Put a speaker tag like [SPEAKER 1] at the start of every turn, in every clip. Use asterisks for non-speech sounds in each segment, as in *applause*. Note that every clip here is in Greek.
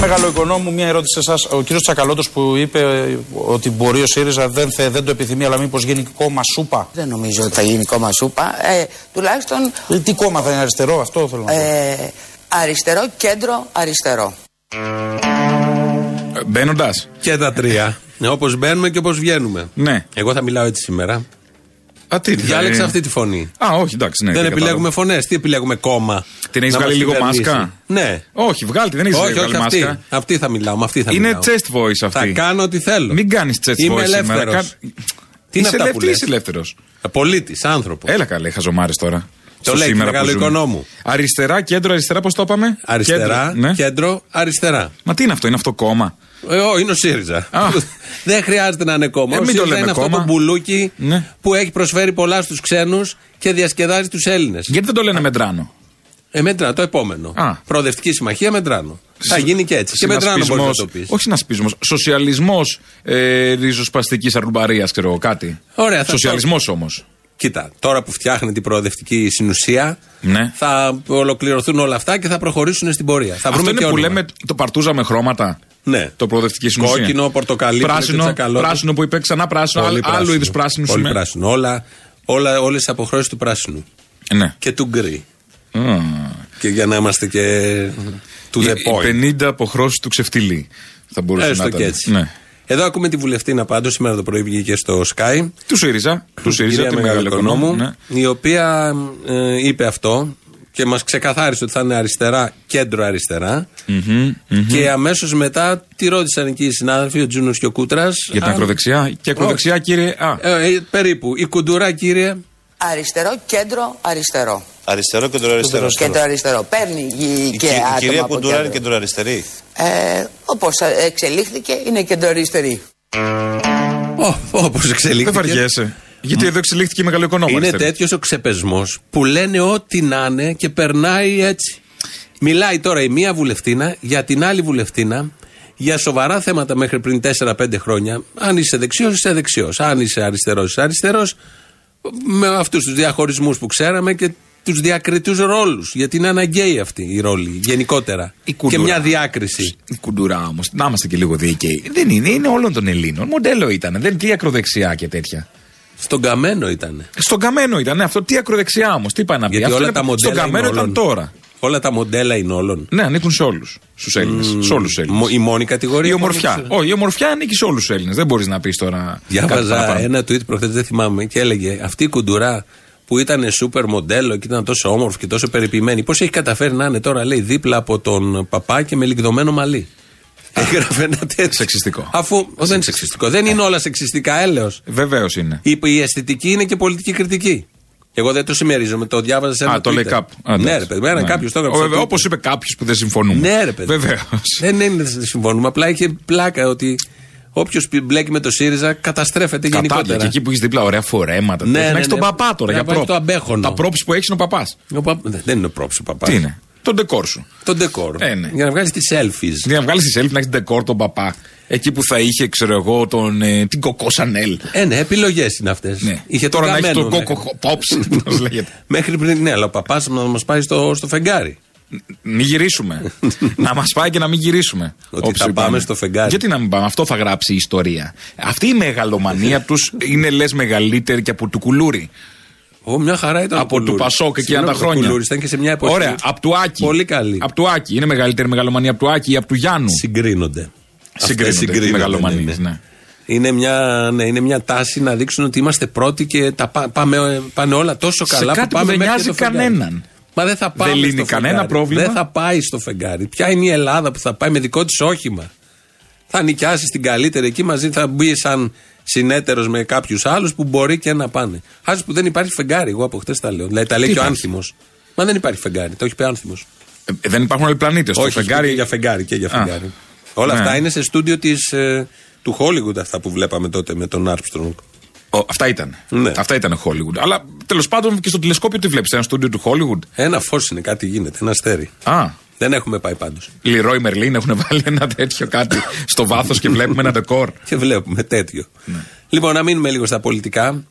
[SPEAKER 1] Μεγάλο οικονόμου, μια ερώτηση σε εσάς. Ο κύριος Τσακαλώτος που είπε ότι μπορεί ο ΣΥΡΙΖΑ δεν, θε, δεν το επιθυμεί, αλλά μήπως γίνει κόμμα σούπα.
[SPEAKER 2] Δεν νομίζω ότι θα γίνει κόμμα σούπα. Ε, τουλάχιστον.
[SPEAKER 1] Τι κόμμα θα είναι αριστερό, αυτό θέλω να πω.
[SPEAKER 2] Ε, αριστερό, κέντρο, αριστερό.
[SPEAKER 1] Μπαίνοντας.
[SPEAKER 3] Και τα τρία. Όπως μπαίνουμε και όπως βγαίνουμε.
[SPEAKER 1] Ναι.
[SPEAKER 3] Εγώ θα μιλάω έτσι σήμερα.
[SPEAKER 1] Α, τι, δηλαδή-
[SPEAKER 3] Διάλεξα αυτή τη φωνή.
[SPEAKER 1] Α, όχι, εντάξει, ναι.
[SPEAKER 3] δεν
[SPEAKER 1] τι
[SPEAKER 3] επιλέγουμε φωνές. Τι επιλέγουμε κόμμα.
[SPEAKER 1] Την έχεις
[SPEAKER 3] Να μας
[SPEAKER 1] βγάλει λίγο
[SPEAKER 3] κυβερνήσεις.
[SPEAKER 1] μάσκα?
[SPEAKER 3] Ναι.
[SPEAKER 1] κατάλαβα. Όχι, βγάλει, τη, δεν έχεις
[SPEAKER 3] όχι,
[SPEAKER 1] βγάλει
[SPEAKER 3] όχι,
[SPEAKER 1] μάσκα.
[SPEAKER 3] αυτή. Αυτή θα μιλάω. Με αυτή θα
[SPEAKER 1] Είναι
[SPEAKER 3] μιλάω.
[SPEAKER 1] chest voice αυτή.
[SPEAKER 3] Θα κάνω ό,τι θέλω.
[SPEAKER 1] Μην κάνεις chest
[SPEAKER 3] Είμαι
[SPEAKER 1] voice σήμερα.
[SPEAKER 3] ελεύθερος.
[SPEAKER 1] Κα-
[SPEAKER 3] Τι είναι
[SPEAKER 1] Είσαι
[SPEAKER 3] αυτά που
[SPEAKER 1] ελεύθερος,
[SPEAKER 3] λες.
[SPEAKER 1] είσαι Ε, ελεύθερο.
[SPEAKER 3] Πολίτης, άνθρωπος.
[SPEAKER 1] Έλα καλέ, χαζομάρες τώρα. Στο
[SPEAKER 3] λέει και
[SPEAKER 1] σήμερα
[SPEAKER 3] μεγάλο
[SPEAKER 1] που ζούμε.
[SPEAKER 3] οικονόμου.
[SPEAKER 1] Αριστερά, κέντρο, αριστερά, πώς το είπαμε.
[SPEAKER 3] αριστερά,
[SPEAKER 1] Κέντρο, ναι.
[SPEAKER 3] κέντρο, αριστερά.
[SPEAKER 1] Μα τι είναι αυτό, είναι αυτό κόμμα.
[SPEAKER 3] Ε, ο, είναι ο ΣΥΡΙΖΑ.
[SPEAKER 1] Α.
[SPEAKER 3] *laughs* Δεν χρειάζεται να είναι κόμμα.
[SPEAKER 1] Ε,
[SPEAKER 3] ο
[SPEAKER 1] μην το
[SPEAKER 3] ΣΥΡΙΖΑ
[SPEAKER 1] λέμε
[SPEAKER 3] είναι αυτό
[SPEAKER 1] κόμμα.
[SPEAKER 3] το μπουλούκι
[SPEAKER 1] Ναι.
[SPEAKER 3] που έχει προσφέρει πολλά στους ξένους και διασκεδάζει τους Έλληνες.
[SPEAKER 1] Γιατί δεν το λένε Μεντράνο.
[SPEAKER 3] Ε, Μετράνο, το επόμενο.
[SPEAKER 1] Α.
[SPEAKER 3] Προοδευτική συμμαχία Μετράνο. Θα γίνει και έτσι. Και Μετράνο μπορείς να
[SPEAKER 1] Συνασπισμός-
[SPEAKER 3] το πεις.
[SPEAKER 1] Όχι συνασπισμός. Σοσιαλισμός ε, ριζοσπαστικής αρλουμπαρία, ξέρω εγώ κάτι.
[SPEAKER 3] Ωραία, θα
[SPEAKER 1] Σοσιαλισμός όμως.
[SPEAKER 3] Κοίτα, τώρα που φτιάχνει την προοδευτική συνουσία,
[SPEAKER 1] Ναι.
[SPEAKER 3] θα ολοκληρωθούν όλα αυτά και θα προχωρήσουν στην πορεία. Θα
[SPEAKER 1] Αυτό
[SPEAKER 3] βρούμε
[SPEAKER 1] είναι
[SPEAKER 3] και
[SPEAKER 1] που
[SPEAKER 3] όνομα.
[SPEAKER 1] λέμε το παρτούζα με χρώματα.
[SPEAKER 3] Ναι.
[SPEAKER 1] Το προοδευτική συνουσία.
[SPEAKER 3] Κόκκινο, πορτοκαλί, είναι και
[SPEAKER 1] πράσινο,
[SPEAKER 3] τσακαλώτες.
[SPEAKER 1] πράσινο που είπε ξανά πράσινο.
[SPEAKER 3] Πολύ
[SPEAKER 1] άλλ- Άλλου είδου πράσινου.
[SPEAKER 3] Πολύ
[SPEAKER 1] σημαίνει.
[SPEAKER 3] πράσινο. Όλα, όλα, όλες τις αποχρώσεις του πράσινου.
[SPEAKER 1] Ναι.
[SPEAKER 3] Και του γκρι.
[SPEAKER 1] Mm.
[SPEAKER 3] Και για να είμαστε και του
[SPEAKER 1] Οι-
[SPEAKER 3] the
[SPEAKER 1] οι
[SPEAKER 3] point.
[SPEAKER 1] 50 αποχρώσεις του ξεφτυλί. Θα μπορούσε
[SPEAKER 3] Έστω
[SPEAKER 1] να
[SPEAKER 3] και
[SPEAKER 1] ήταν.
[SPEAKER 3] έτσι.
[SPEAKER 1] Ναι.
[SPEAKER 3] Εδώ ακούμε τη βουλευτήνα πάντως, σήμερα το πρωί βγήκε στο Sky.
[SPEAKER 1] Του ΣΥΡΙΖΑ. Του ΣΥΡΙΖΑ,
[SPEAKER 3] κυρία
[SPEAKER 1] τη μεγάλη
[SPEAKER 3] Μεγαλοοικονόμου,
[SPEAKER 1] οικονόμου. Ναι.
[SPEAKER 3] η οποία ε, είπε αυτό και μας ξεκαθάρισε ότι θα είναι αριστερά, κέντρο αριστερά.
[SPEAKER 1] Ναι.
[SPEAKER 3] Και αμέσως μετά τη ρώτησαν εκεί οι συνάδελφοι, ο Τζούνος και ο Κούτρας.
[SPEAKER 1] Για την
[SPEAKER 3] αν-
[SPEAKER 1] ακροδεξιά. Και ακροδεξιά, κύριε. Α,
[SPEAKER 3] Ε, ε, περίπου. Η κουντουρά, κύριε.
[SPEAKER 2] Αριστερό, κέντρο, αριστερό.
[SPEAKER 4] Αριστερό, κεντροαριστερό.
[SPEAKER 2] Κέντρο, αριστερό. Παίρνει γη-
[SPEAKER 4] Η,
[SPEAKER 2] και
[SPEAKER 4] κυ- η
[SPEAKER 2] άτομα
[SPEAKER 4] κυρία
[SPEAKER 2] από
[SPEAKER 4] Κουντουρά είναι
[SPEAKER 2] κέντρο.
[SPEAKER 4] κεντροαριστερή.
[SPEAKER 2] Ε, Όπως εξελίχθηκε, είναι κεντροαριστερή.
[SPEAKER 3] Ω, Όπως εξελίχθηκε.
[SPEAKER 1] δεν βαριέσαι. Γιατί εδώ εξελίχθηκε η μεγάλη οικονόμου.
[SPEAKER 3] Είναι
[SPEAKER 1] αριστερή.
[SPEAKER 3] τέτοιος ο ξεπεσμός που λένε ό,τι να είναι και περνάει έτσι. Μιλάει τώρα η μία βουλευτήνα για την άλλη βουλευτήνα για σοβαρά θέματα μέχρι πριν 4-5 χρόνια. Αν είσαι δεξιός, είσαι δεξιός. Αν είσαι αριστερός, είσαι αριστερός. Με αυτούς τους διαχωρισμούς που ξέραμε και τους διακριτούς ρόλους. Γιατί είναι αναγκαίοι αυτοί οι ρόλοι γενικότερα.
[SPEAKER 1] Η
[SPEAKER 3] και
[SPEAKER 1] κουλτούρα.
[SPEAKER 3] μια διάκριση.
[SPEAKER 1] Η κουντουρά όμως, να είμαστε και λίγο δίκαιοι. Δεν είναι, είναι όλων των Ελλήνων. Μοντέλο ήταν. Δεν τι ακροδεξιά και τέτοια.
[SPEAKER 3] Στον καμένο ήταν.
[SPEAKER 1] Στον καμένο ήταν ναι, αυτό. Τι ακροδεξιά όμως, τι πάει να πει.
[SPEAKER 3] Γιατί
[SPEAKER 1] Αυτό
[SPEAKER 3] όλα
[SPEAKER 1] είναι-
[SPEAKER 3] τα μοντέλα.
[SPEAKER 1] Στον καμένο
[SPEAKER 3] είναι
[SPEAKER 1] ήταν
[SPEAKER 3] όλων.
[SPEAKER 1] τώρα.
[SPEAKER 3] Όλα τα μοντέλα είναι όλων.
[SPEAKER 1] Ναι, ανήκουν σε όλους του Έλληνε. Σε όλους του Έλληνες.
[SPEAKER 3] Μο- Η μόνη κατηγορία.
[SPEAKER 1] Η
[SPEAKER 3] που
[SPEAKER 1] ομορφιά.
[SPEAKER 3] ανήκει σε-
[SPEAKER 1] Όχι, η ομορφιά ανήκει σε όλους τους Έλληνες. Δεν μπορείς να πεις τώρα. κάτι
[SPEAKER 3] Διάβαζα
[SPEAKER 1] παραπάνω.
[SPEAKER 3] ένα tweet προχθές, δεν θυμάμαι, και έλεγε Αυτή η κουντουρά που ήταν σούπερ μοντέλο και ήταν τόσο όμορφη και τόσο περιποιημένη, πώς έχει καταφέρει να είναι τώρα, λέει, δίπλα από τον παπά και με λιγδωμένο μαλλί. Έγραφε ένα τέτοιο.
[SPEAKER 1] Σεξιστικό.
[SPEAKER 3] Αφού ο, δεν είναι σεξιστικό. Δεν είναι όλα σεξιστικά, έλεος.
[SPEAKER 1] Βεβαίως είναι.
[SPEAKER 3] Η, η αισθητική είναι και πολιτική κριτική. Εγώ δεν το συμμερίζομαι, το διάβαζα σε ένα
[SPEAKER 1] Α, το
[SPEAKER 3] Twitter.
[SPEAKER 1] λέει κάπου. Α,
[SPEAKER 3] Ναι,
[SPEAKER 1] εντάξει.
[SPEAKER 3] ρε παιδί, μου, ένα
[SPEAKER 1] Ναι.
[SPEAKER 3] κάποιος το
[SPEAKER 1] Ο,
[SPEAKER 3] έγραψε. στο
[SPEAKER 1] βέβαια,
[SPEAKER 3] Twitter.
[SPEAKER 1] Όπως είπε κάποιος που δεν συμφωνούμε.
[SPEAKER 3] Ναι, ρε παιδί.
[SPEAKER 1] Βεβαίω.
[SPEAKER 3] Δεν είναι ότι δεν συμφωνούμε. Απλά είχε πλάκα ότι όποιος μπλέκει με το ΣΥΡΙΖΑ καταστρέφεται γενικότερα.
[SPEAKER 1] και εκεί που έχεις δίπλα ωραία φορέματα.
[SPEAKER 3] Ναι,
[SPEAKER 1] Ναι,
[SPEAKER 3] ναι,
[SPEAKER 1] να
[SPEAKER 3] ναι.
[SPEAKER 1] έχει τον παπά τώρα
[SPEAKER 3] Να
[SPEAKER 1] για
[SPEAKER 3] πάρεις
[SPEAKER 1] πρόπ.
[SPEAKER 3] το αμπέχονο.
[SPEAKER 1] Τα πρόψη που έχεις είναι ο παπάς.
[SPEAKER 3] Ο πα- δε- Δεν είναι ο πρόψη ο παπάς.
[SPEAKER 1] Τι είναι. Το ντεκόρ σου.
[SPEAKER 3] Το ντεκόρ.
[SPEAKER 1] Ε, ναι.
[SPEAKER 3] Για να βγάλεις τις selfies.
[SPEAKER 1] Για να βγάλεις τη selfie να έχεις ντεκόρ τον παπά. Εκεί που θα είχε, ξέρω εγώ, τον, ε, την κοκό Σανέλ.
[SPEAKER 3] Ε, ναι, επιλογές είναι αυτές.
[SPEAKER 1] Ναι. Τώρα να έχεις τον
[SPEAKER 3] ναι.
[SPEAKER 1] κόκο πόψη. *laughs* Πώς λέγεται.
[SPEAKER 3] Μέχρι πριν, ναι, αλλά ο παπάς να μας πάει στο, στο φεγγάρι.
[SPEAKER 1] Μην
[SPEAKER 3] *laughs*
[SPEAKER 1] γυρίσουμε. να μας πάει και να μην γυρίσουμε.
[SPEAKER 3] Ότι
[SPEAKER 1] Όποιος
[SPEAKER 3] θα πάμε
[SPEAKER 1] είπαμε.
[SPEAKER 3] στο φεγγάρι.
[SPEAKER 1] Γιατί να μην πάμε, αυτό θα γράψει η ιστορία. Αυτή η
[SPEAKER 3] *laughs*
[SPEAKER 1] μεγαλομανία τους είναι λες μεγαλύτερη και από του κουλούρι.
[SPEAKER 3] Ω, μια χαρά ήταν. ο
[SPEAKER 1] από του
[SPEAKER 3] Κουλούρης.
[SPEAKER 1] Πασόκ εκεί
[SPEAKER 3] Συγγνώμη,
[SPEAKER 1] τα
[SPEAKER 3] ο
[SPEAKER 1] χρόνια.
[SPEAKER 3] Κουλούρης ήταν και σε μια εποχή.
[SPEAKER 1] Ωραία, από του Άκη.
[SPEAKER 3] Πολύ καλή.
[SPEAKER 1] Από του Άκη. Είναι μεγαλύτερη μεγαλομανία από του Άκη ή από του Γιάννου.
[SPEAKER 3] Συγκρίνονται.
[SPEAKER 1] Συγκρίνονται,
[SPEAKER 3] Αυτές
[SPEAKER 1] οι μεγαλομανίες,
[SPEAKER 3] ναι, ναι.
[SPEAKER 1] ναι.
[SPEAKER 3] Είναι μια, ναι, είναι μια τάση να δείξουν ότι είμαστε πρώτοι και τα πα- πάμε, πάνε όλα τόσο
[SPEAKER 1] Σε
[SPEAKER 3] καλά
[SPEAKER 1] κάτι που
[SPEAKER 3] πάμε
[SPEAKER 1] δεν
[SPEAKER 3] μέχρι και
[SPEAKER 1] νοιάζει
[SPEAKER 3] το φεγγάρι.
[SPEAKER 1] κανέναν.
[SPEAKER 3] Μα δεν θα πάμε
[SPEAKER 1] λύνει
[SPEAKER 3] στο
[SPEAKER 1] κανένα
[SPEAKER 3] φεγγάρι.
[SPEAKER 1] πρόβλημα.
[SPEAKER 3] Δεν θα πάει στο φεγγάρι. Ποια είναι η Ελλάδα που θα πάει με δικό της όχημα. Θα νοικιάσεις την καλύτερη εκεί μαζί, θα μπει σαν συνέτερος με κάποιους άλλους που μπορεί και να πάνε. Χάρη που δεν υπάρχει φεγγάρι, εγώ από χτε τα λέω. Δηλαδή τα λέει
[SPEAKER 1] Τι
[SPEAKER 3] και ο
[SPEAKER 1] υπάρχει?
[SPEAKER 3] Άνθιμος. Μα δεν υπάρχει φεγγάρι, το έχει πει ο Άνθιμος.
[SPEAKER 1] Ε, δεν υπάρχουν άλλοι πλανήτες. Το
[SPEAKER 3] Όχι,
[SPEAKER 1] φεγγάρι.
[SPEAKER 3] και για φεγγάρι και για
[SPEAKER 1] Α.
[SPEAKER 3] φεγγάρι. Όλα
[SPEAKER 1] Ναι.
[SPEAKER 3] αυτά είναι σε στούντιο της, ε, του Hollywood αυτά που βλέπαμε τότε με τον Armstrong.
[SPEAKER 1] Ο, αυτά ήταν.
[SPEAKER 3] Ναι.
[SPEAKER 1] Αυτά ήταν Hollywood. Αλλά τέλος πάντων και στο τηλεσκόπιο τι βλέπεις, ένα στούντιο του Hollywood.
[SPEAKER 3] Ένα φως είναι, κάτι γίνεται, ένα αστέρι.
[SPEAKER 1] Α,
[SPEAKER 3] Δεν έχουμε πάει πάντως.
[SPEAKER 1] Λιρόι Μερλίν έχουν βάλει ένα τέτοιο κάτι στο βάθος και βλέπουμε ένα ντεκόρ.
[SPEAKER 3] Και βλέπουμε τέτοιο.
[SPEAKER 4] Ναι.
[SPEAKER 3] Λοιπόν, να μείνουμε λίγο στα πολιτικά.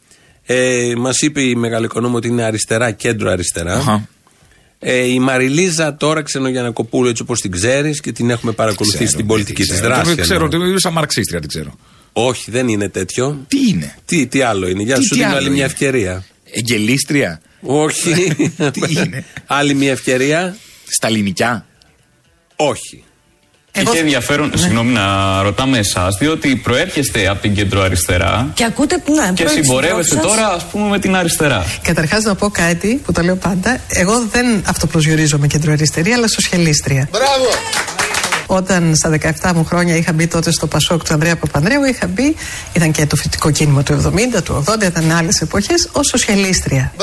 [SPEAKER 3] Ε, Μας είπε η Μεγαλοοικονόμου ότι είναι αριστερά, κέντρο αριστερά.
[SPEAKER 1] Αχα.
[SPEAKER 3] Ε, η Μαριλίζα τώρα Ξενογιανακοπούλου, έτσι όπως την ξέρεις και την έχουμε παρακολουθήσει
[SPEAKER 4] Ξέρω,
[SPEAKER 3] στην πολιτική
[SPEAKER 4] τι
[SPEAKER 3] της
[SPEAKER 4] ξέρω.
[SPEAKER 3] δράσης.
[SPEAKER 4] Το Ξέρω,
[SPEAKER 3] εννοώ.
[SPEAKER 4] ότι είναι σαν μαρξίστρια, την ξέρω.
[SPEAKER 3] Όχι, δεν είναι τέτοιο.
[SPEAKER 4] Τι είναι,
[SPEAKER 3] Τι, τι άλλο είναι, για
[SPEAKER 4] Τι-
[SPEAKER 3] σου
[SPEAKER 4] τι
[SPEAKER 3] δίνω
[SPEAKER 4] άλλο
[SPEAKER 3] άλλη μια
[SPEAKER 4] είναι.
[SPEAKER 3] ευκαιρία.
[SPEAKER 4] εγγελίστρια,
[SPEAKER 3] Όχι.
[SPEAKER 4] *laughs* Τι είναι?
[SPEAKER 3] άλλη μια ευκαιρία.
[SPEAKER 4] στα ελληνικά.
[SPEAKER 3] Όχι.
[SPEAKER 5] Είχε ενδιαφέρον,
[SPEAKER 6] Ναι.
[SPEAKER 5] συγγνώμη να ρωτάμε εσάς, διότι προέρχεστε από την κεντροαριστερά
[SPEAKER 7] Και ακούτε που
[SPEAKER 6] ναι,
[SPEAKER 7] να
[SPEAKER 5] και συμπορεύεστε τώρα, ας πούμε, με την αριστερά.
[SPEAKER 8] Καταρχάς, να πω κάτι που το λέω πάντα. Εγώ δεν αυτοπροσδιορίζομαι κεντροαριστερή, αλλά σοσιαλίστρια. Μπράβο! Όταν στα 17 μου χρόνια είχα μπει τότε στο Πασόκ του Ανδρέα Παπανδρέου, είχα μπει, ήταν και το φοιτητικό κίνημα του 70, του 80, ήταν άλλες εποχές, ως σοσιαλίστρια.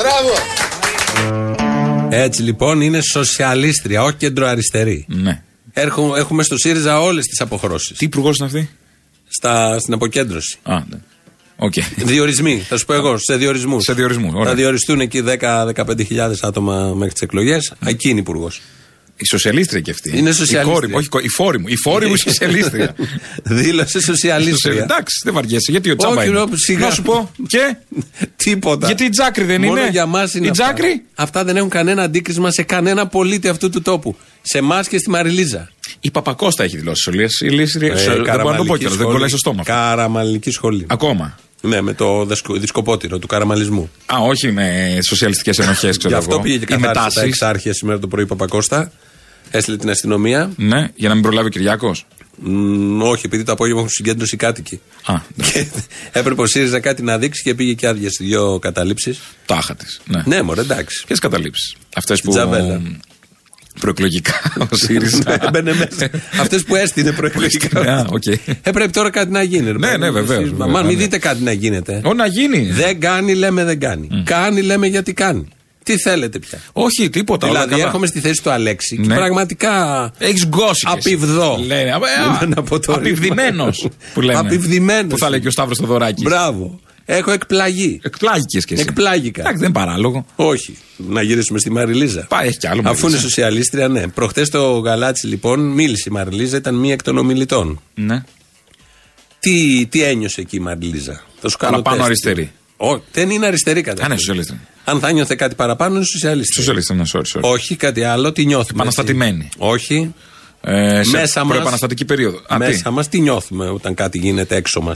[SPEAKER 3] Έτσι λοιπόν είναι σοσιαλίστρια, όχι κεντροαριστερή.
[SPEAKER 4] Ναι.
[SPEAKER 3] Έρχο- Έχουμε στο ΣΥΡΙΖΑ όλες τις αποχρώσεις.
[SPEAKER 4] Τι υπουργός είναι αυτή.
[SPEAKER 3] Στα, στην αποκέντρωση.
[SPEAKER 4] Α, ναι. Οκ.
[SPEAKER 3] Διορισμοί, θα σου πω εγώ, σε διορισμούς.
[SPEAKER 4] Σε διορισμούς, ωραία.
[SPEAKER 3] Θα διοριστούν εκεί 10-15.000 άτομα μέχρι τις εκλογές. Εκεί είναι υπουργός.
[SPEAKER 4] Η σοσιαλίστρια και αυτή.
[SPEAKER 3] Είναι
[SPEAKER 4] Η
[SPEAKER 3] σοσιαλίστρια.
[SPEAKER 4] κόρη μου, όχι, η φόρη μου. Η φόρη μου
[SPEAKER 3] *laughs*
[SPEAKER 4] σοσιαλίστρια.
[SPEAKER 3] Δήλωσε
[SPEAKER 4] Σοσιαλ-
[SPEAKER 3] σοσιαλίστρια.
[SPEAKER 4] Εντάξει, δεν βαριέσαι. Γιατί ο Τσάμπα
[SPEAKER 3] Όχι,
[SPEAKER 4] είναι.
[SPEAKER 3] ρε, σιγά.
[SPEAKER 4] Να σου πω. Και.
[SPEAKER 3] *laughs* Τίποτα.
[SPEAKER 4] Γιατί η τζάκρη δεν
[SPEAKER 3] Μόνο
[SPEAKER 4] είναι.
[SPEAKER 3] για μας είναι.
[SPEAKER 4] Η
[SPEAKER 3] αυτά.
[SPEAKER 4] τζάκρη.
[SPEAKER 3] Αυτά δεν έχουν κανένα αντίκρισμα σε κανένα πολίτη αυτού του τόπου. Σε εμάς και στη Μαριλίζα.
[SPEAKER 4] Η Παπακώστα έχει δηλώσει σοσιαλίστρια.
[SPEAKER 3] Ε,
[SPEAKER 4] Δεν μπορώ να το πω
[SPEAKER 3] καραμαλική
[SPEAKER 4] κιόλας. Δεν
[SPEAKER 3] σχολή.
[SPEAKER 4] κολλάει στο στόμα.
[SPEAKER 3] Καραμαλική σχολή.
[SPEAKER 4] Ακόμα.
[SPEAKER 3] Ναι, με το δεσκο- δισκοπότηρο του καραμαλισμού.
[SPEAKER 4] Α, όχι με σοσιαλιστικές ενοχές, ξέρω
[SPEAKER 3] Γι'
[SPEAKER 4] εγώ.
[SPEAKER 3] αυτό πήγε και
[SPEAKER 4] Ή
[SPEAKER 3] καθάρισε τα
[SPEAKER 4] μετάσεις.
[SPEAKER 3] εξάρχεια σήμερα το πρωί η Παπακώστα. Έστειλε την αστυνομία.
[SPEAKER 4] Ναι, για να μην προλάβει ο Κυριάκος.
[SPEAKER 3] Μ, όχι, επειδή το απόγευμα έχουν συγκέντρωση οι κάτοικοι.
[SPEAKER 4] Α,
[SPEAKER 3] Και έπρεπε ο ΣΥΡΙΖΑ κάτι να δείξει και πήγε και άδεια σε δύο καταλήψεις.
[SPEAKER 4] τάχα της. Ναι.
[SPEAKER 3] Ναι, μωρέ, εντάξει.
[SPEAKER 4] Ποιες καταλήψεις. Αυτές που.
[SPEAKER 3] Τζαβέλα. Ναι,
[SPEAKER 4] Προεκλογικά *laughs* ο ΣΥΡΙΖΑ.
[SPEAKER 3] *laughs* Έμπαινε μέσα. Αυτές που έστεινε προεκλογικά.
[SPEAKER 4] Ναι, οκ.
[SPEAKER 3] Έπρεπε τώρα κάτι να γίνει. ρε
[SPEAKER 4] Ναι,
[SPEAKER 3] παιδί
[SPEAKER 4] ναι,
[SPEAKER 3] μου,
[SPEAKER 4] βεβαίως,
[SPEAKER 3] εσείς,
[SPEAKER 4] βέβαια,
[SPEAKER 3] Μα μην
[SPEAKER 4] ναι.
[SPEAKER 3] δείτε κάτι να γίνεται.
[SPEAKER 4] Ω να γίνει.
[SPEAKER 3] Δεν κάνει, λέμε δεν κάνει. Κάνει, λέμε γιατί κάνει. Τι θέλετε πια.
[SPEAKER 4] Όχι, τίποτα.
[SPEAKER 3] δηλαδή, έρχομαι στη θέση του Αλέξη και
[SPEAKER 4] Ναι.
[SPEAKER 3] πραγματικά.
[SPEAKER 4] Έχεις γκώσει.
[SPEAKER 3] Απιβδό.
[SPEAKER 4] Λένε.
[SPEAKER 3] Να πω το ρήμα.
[SPEAKER 4] Απιβδημένο. Που λέμε.
[SPEAKER 3] Απιβδημένος.
[SPEAKER 4] Που θα λέει και ο Σταύρος Θοδωράκης.
[SPEAKER 3] Μπράβο. Έχω εκπλαγεί.
[SPEAKER 4] Εκπλάγηκες και εσύ.
[SPEAKER 3] Εκπλάγηκα.
[SPEAKER 4] Εντάξει, δεν είναι παράλογο.
[SPEAKER 3] Όχι. Να γυρίσουμε στη Μαριλίζα.
[SPEAKER 4] Πάει, έχει κι άλλο
[SPEAKER 3] Αφού
[SPEAKER 4] Μαριλίζα.
[SPEAKER 3] είναι σοσιαλίστρια, ναι. Προχτές το Γαλάτσι, λοιπόν, μίλησε η Μαριλίζα, ήταν μία εκ των ομιλητών.
[SPEAKER 4] Ναι.
[SPEAKER 3] Τι, τι ένιωσε εκεί η Μαριλίζα. Θα σου κάνω
[SPEAKER 4] Παραπάνω
[SPEAKER 3] τεστ.
[SPEAKER 4] αριστερή.
[SPEAKER 3] Όχι, δεν είναι αριστερή κατά.
[SPEAKER 4] Α, ναι, σοσιαλίστρια.
[SPEAKER 3] Αν θα νιώθε κάτι παραπάνω, είναι σοσιαλιστή.
[SPEAKER 4] Σοσιαλιστή, ναι, sorry, sorry.
[SPEAKER 3] Όχι, κάτι άλλο, τι νιώθουμε.
[SPEAKER 4] Επαναστατημένη.
[SPEAKER 3] έτσι. Όχι.
[SPEAKER 4] Ε, σε
[SPEAKER 3] μέσα μας.
[SPEAKER 4] προεπαναστατική περίοδο. Α, τι?
[SPEAKER 3] Μέσα μας τι νιώθουμε όταν κάτι γίνεται έξω μας.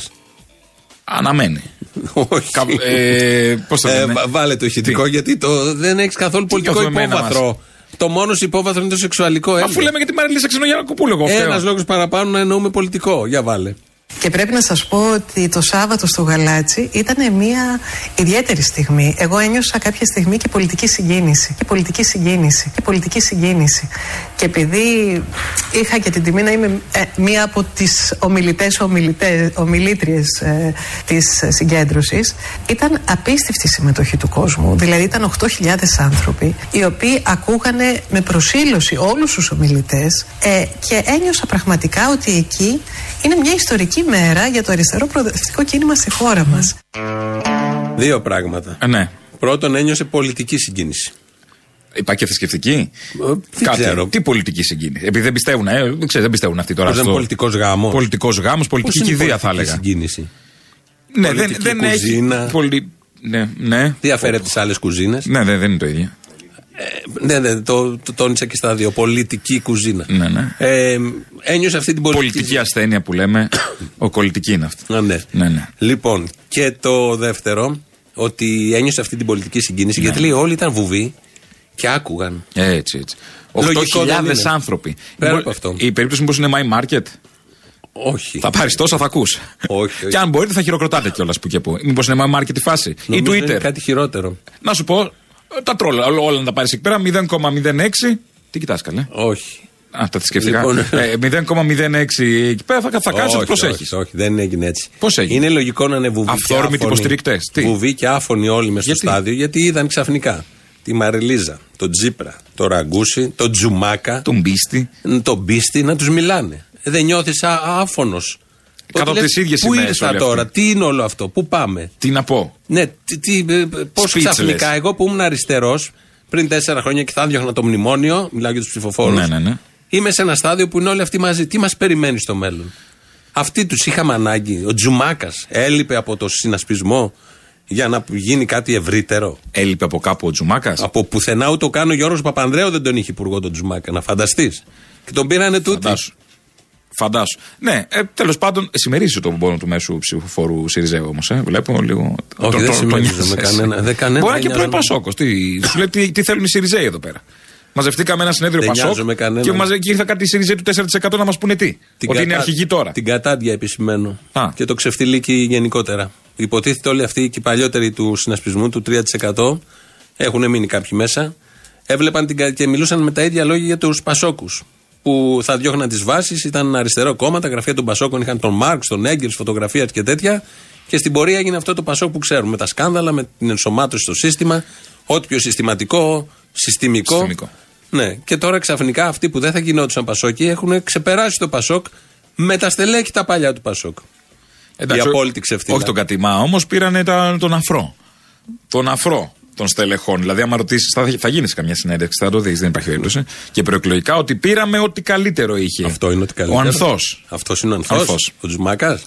[SPEAKER 4] Αναμένει.
[SPEAKER 3] Όχι.
[SPEAKER 4] Κα- ε, πώς το λένε?
[SPEAKER 3] βα- βάλε το ηχητικό,
[SPEAKER 4] Τι?
[SPEAKER 3] γιατί το, δεν έχεις καθόλου πολιτικό
[SPEAKER 4] νιώθουμε εμένα
[SPEAKER 3] υπόβαθρο. Το μόνος σου υπόβαθρο είναι το σεξουαλικό
[SPEAKER 4] Αφού
[SPEAKER 3] έλεγχο.
[SPEAKER 4] λέμε για τη Μαριλίσα Ξενογιανακοπούλου, εγώ
[SPEAKER 3] Ένα
[SPEAKER 4] φταίω.
[SPEAKER 3] λόγος παραπάνω Ε, να εννοούμε πολιτικό. Για βάλε.
[SPEAKER 8] Και πρέπει να σας πω ότι το Σάββατο στο Γαλάτσι ήταν μια ιδιαίτερη στιγμή. Εγώ ένιωσα κάποια στιγμή και πολιτική συγκίνηση. Και πολιτική συγκίνηση. Και πολιτική συγκίνηση. Και επειδή είχα και την τιμή να είμαι ε, μία από τις ομιλητές, ομιλητές ομιλήτριες ε, της ε, συγκέντρωσης, ήταν απίστευτη η συμμετοχή του κόσμου. Δηλαδή ήταν 8.000 άνθρωποι οι οποίοι ακούγανε με προσήλωση όλους τους ομιλητές ε, και ένιωσα πραγματικά ότι εκεί είναι μια ιστορική μέρα για το αριστερό προοδευτικό κίνημα στη χώρα μας.
[SPEAKER 3] Δύο πράγματα.
[SPEAKER 4] Ε, ναι.
[SPEAKER 3] Πρώτον, ένιωσε πολιτική συγκίνηση.
[SPEAKER 4] Υπάρχει και θρησκευτική.
[SPEAKER 3] Ε, δεν ξέρω.
[SPEAKER 4] Τι πολιτική συγκίνηση. Επειδή δεν πιστεύουν, ε, δεν, ξέρω, δεν πιστεύουν αυτοί τώρα.
[SPEAKER 3] Πώς ήταν πολιτικός γάμος.
[SPEAKER 4] Πολιτικός γάμος, πολιτική κηδεία θα έλεγα.
[SPEAKER 3] συγκίνηση.
[SPEAKER 4] Ναι, δεν,
[SPEAKER 3] Πολιτική
[SPEAKER 4] δεν
[SPEAKER 3] κουζίνα.
[SPEAKER 4] έχει. Πολυ... Ναι, ναι.
[SPEAKER 3] Τι αφαίρεται από τι άλλες κουζίνες.
[SPEAKER 4] Ναι, δεν, δεν είναι το ίδιο.
[SPEAKER 3] Ναι, ναι, το, το τόνισα και στα δύο. Πολιτική κουζίνα.
[SPEAKER 4] Ναι, ναι.
[SPEAKER 3] Ε, ένιωσε αυτή την πολιτική.
[SPEAKER 4] Πολιτική ασθένεια που λέμε. ο κολλητική είναι αυτή.
[SPEAKER 3] Α, ναι.
[SPEAKER 4] Ναι, ναι.
[SPEAKER 3] Λοιπόν, και το δεύτερο, ότι ένιωσε αυτή την πολιτική συγκίνηση.
[SPEAKER 4] Ναι.
[SPEAKER 3] Γιατί λέει όλοι ήταν βουβοί και άκουγαν.
[SPEAKER 4] Ε, Έτσι, έτσι.
[SPEAKER 3] Ναι. Λογικό
[SPEAKER 4] 8.000
[SPEAKER 3] δεν είναι.
[SPEAKER 4] άνθρωποι.
[SPEAKER 3] Πέρα
[SPEAKER 4] Μπο-
[SPEAKER 3] από αυτό.
[SPEAKER 4] Η περίπτωση μήπω είναι my market.
[SPEAKER 3] Όχι.
[SPEAKER 4] Θα πάρεις τόσα, θα ακούς.
[SPEAKER 3] ε, Όχι, όχι.
[SPEAKER 4] και αν μπορείτε, θα χειροκροτάτε κιόλας που και που. Μήπως είναι my market η φάση. Ή
[SPEAKER 3] Νομίζω είναι
[SPEAKER 4] Twitter.
[SPEAKER 3] κάτι χειρότερο.
[SPEAKER 4] Να σου πω, ε, τα τρόλα. Όλα, όλα να τα πάρεις εκεί πέρα. 0,06. Τι κοιτάς, καλέ.
[SPEAKER 3] Όχι.
[SPEAKER 4] Α, τα τη σκεφτικά.
[SPEAKER 3] Λοιπόν.
[SPEAKER 4] Ε, 0,06 εκεί πέρα θα, θα κάνει
[SPEAKER 3] όχι,
[SPEAKER 4] ό,τι προσέχει.
[SPEAKER 3] Όχι, όχι, δεν έγινε έτσι.
[SPEAKER 4] Πώς έγινε?
[SPEAKER 3] Είναι λογικό να είναι βουβοί.
[SPEAKER 4] Αυθόρμητοι
[SPEAKER 3] και άφωνοι.
[SPEAKER 4] υποστηρικτές. Τι?
[SPEAKER 3] Βουβοί και άφωνοι όλοι μες στο
[SPEAKER 4] Γιατί?
[SPEAKER 3] στάδιο γιατί είδαν ξαφνικά τη Μαριλίζα, τον Τζίπρα, τον Ραγκούση, τον Τζουμάκα,
[SPEAKER 4] Τον πίστη.
[SPEAKER 3] τον Πίστη να τους μιλάνε. Δεν νιώθεις άφωνο.
[SPEAKER 4] Κάτω από τις ίδιες
[SPEAKER 3] Πού
[SPEAKER 4] σημαίες
[SPEAKER 3] ήρθα
[SPEAKER 4] όλοι
[SPEAKER 3] τώρα,
[SPEAKER 4] αυτοί».
[SPEAKER 3] τι είναι όλο αυτό, πού πάμε.
[SPEAKER 4] Τι να πω.
[SPEAKER 3] Ναι, τι, τι, ε, πώς
[SPEAKER 4] Speechless.
[SPEAKER 3] ξαφνικά εγώ που ήμουν αριστερός πριν τέσσερα χρόνια και θα διώχνα το μνημόνιο, μιλάω για τους ψηφοφόρους.
[SPEAKER 4] Ναι, ναι, ναι.
[SPEAKER 3] Είμαι σε ένα στάδιο που είναι όλοι αυτοί μαζί. Τι μας περιμένει στο μέλλον. Αυτοί τους είχαμε ανάγκη. Ο Τζουμάκας έλειπε από το συνασπισμό. για να γίνει κάτι ευρύτερο.
[SPEAKER 4] Έλειπε από κάπου ο Τζουμάκας.
[SPEAKER 3] Από πουθενά ούτε καν ο Γιώργος Παπανδρέου δεν τον είχε υπουργό τον Τζουμάκα. Να φανταστείς. Και τον πήρανε τούτη.
[SPEAKER 4] Φαντάσου. Φαντάσου. Ναι, ε, τέλος πάντων, συμμερίζει τον πόνο του μέσου ψηφοφόρου ΣΥΡΙΖΑ όμως. Ε, βλέπω λίγο.
[SPEAKER 3] Όχι, δεν συμμερίζομαι κανένα- δεν κανένα
[SPEAKER 4] Μπορεί να είναι και
[SPEAKER 3] νοιάζομαι.
[SPEAKER 4] πρώην Πασόκο. Τι, σου λέει τι, τι θέλουν οι ΣΥΡΙΖΑΙ εδώ πέρα. Μαζευτήκαμε ένα συνέδριο
[SPEAKER 3] Δεν
[SPEAKER 4] Πασόκ
[SPEAKER 3] νοιάζομαι κανέναν.
[SPEAKER 4] και, μαζε, και ήρθα κάτι οι ΣΥΡΙΖΑΙ του 4% να μα πούνε τι. ότι είναι αρχηγοί τώρα.
[SPEAKER 3] Την κατάντια επισημαίνω.
[SPEAKER 4] Α.
[SPEAKER 3] Και το ξεφτυλίκι γενικότερα. Υποτίθεται όλοι αυτοί και οι παλιότεροι του συνασπισμού του 3% έχουν μείνει κάποιοι μέσα. Έβλεπαν την, κα- και μιλούσαν με τα ίδια λόγια για του Πασόκου. Που θα διώχναν τις βάσεις, ήταν ένα αριστερό κόμμα. Τα γραφεία των Πασόκων είχαν τον Μάρξ, τον Έγκελ, φωτογραφία και τέτοια. Και στην πορεία έγινε αυτό το Πασόκ που ξέρουμε. Με τα σκάνδαλα, με την ενσωμάτωση στο σύστημα. Ό,τι πιο συστηματικό, συστημικό.
[SPEAKER 4] Συστημικό.
[SPEAKER 3] Ναι, και τώρα ξαφνικά αυτοί που δεν θα γινόντουσαν Πασόκοι έχουν ξεπεράσει το Πασόκ με τα στελέχη τα παλιά του Πασόκ. η
[SPEAKER 4] ο-
[SPEAKER 3] απόλυτη ξεφτύλα.
[SPEAKER 4] Ε, Όχι τον κατημά, όμως πήρανε τα- τον αφρό. Τον αφρό των στελεχών. Δηλαδή, άμα ρωτήσεις, θα, θα γίνεις καμιά συνέντευξη, θα το δεις, δεν υπάρχει περίπτωση. Και προεκλογικά ότι πήραμε ό,τι καλύτερο είχε.
[SPEAKER 3] Αυτό είναι ότι καλύτερο.
[SPEAKER 4] Ο Ανθός.
[SPEAKER 3] Αυτός είναι ο Ανθός.
[SPEAKER 4] Ανθός.
[SPEAKER 3] Ο Τζουμάκας.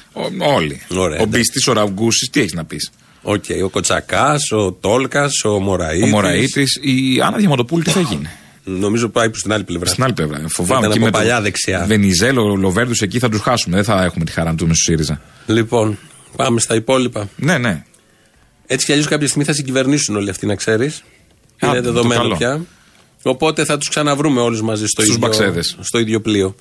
[SPEAKER 4] Όλοι.
[SPEAKER 3] Ωραία,
[SPEAKER 4] ο
[SPEAKER 3] εντάξει.
[SPEAKER 4] Μπίστης, ο Ραουγκούσης, τι έχεις να πεις.
[SPEAKER 3] Οκ, ο Κοτσακάς, ο Τόλκας, ο Μωραήτης.
[SPEAKER 4] Ο Μωραήτης, η Άννα Διαμαντοπούλη, τι θα γίνει.
[SPEAKER 3] Νομίζω πάει προς την άλλη πλευρά.
[SPEAKER 4] Στην άλλη πλευρά. Φοβάμαι
[SPEAKER 3] Ήταν
[SPEAKER 4] και
[SPEAKER 3] από
[SPEAKER 4] με
[SPEAKER 3] παλιά δεξιά.
[SPEAKER 4] Βενιζέλο, Λοβέρδους εκεί θα τους χάσουμε. Δεν θα έχουμε τη χαρά να του στο ΣΥΡΙΖΑ.
[SPEAKER 3] Λοιπόν, πάμε στα υπόλοιπα.
[SPEAKER 4] Ναι, ναι.
[SPEAKER 3] Έτσι κι αλλιώς κάποια στιγμή θα συγκυβερνήσουν όλοι αυτοί, να ξέρεις.
[SPEAKER 4] Α,
[SPEAKER 3] Είναι
[SPEAKER 4] το
[SPEAKER 3] δεδομένο
[SPEAKER 4] καλό.
[SPEAKER 3] πια. Οπότε θα τους ξαναβρούμε όλους μαζί στο,
[SPEAKER 4] Στους
[SPEAKER 3] ίδιο,
[SPEAKER 4] μπαξέδες.
[SPEAKER 3] στο ίδιο πλοίο.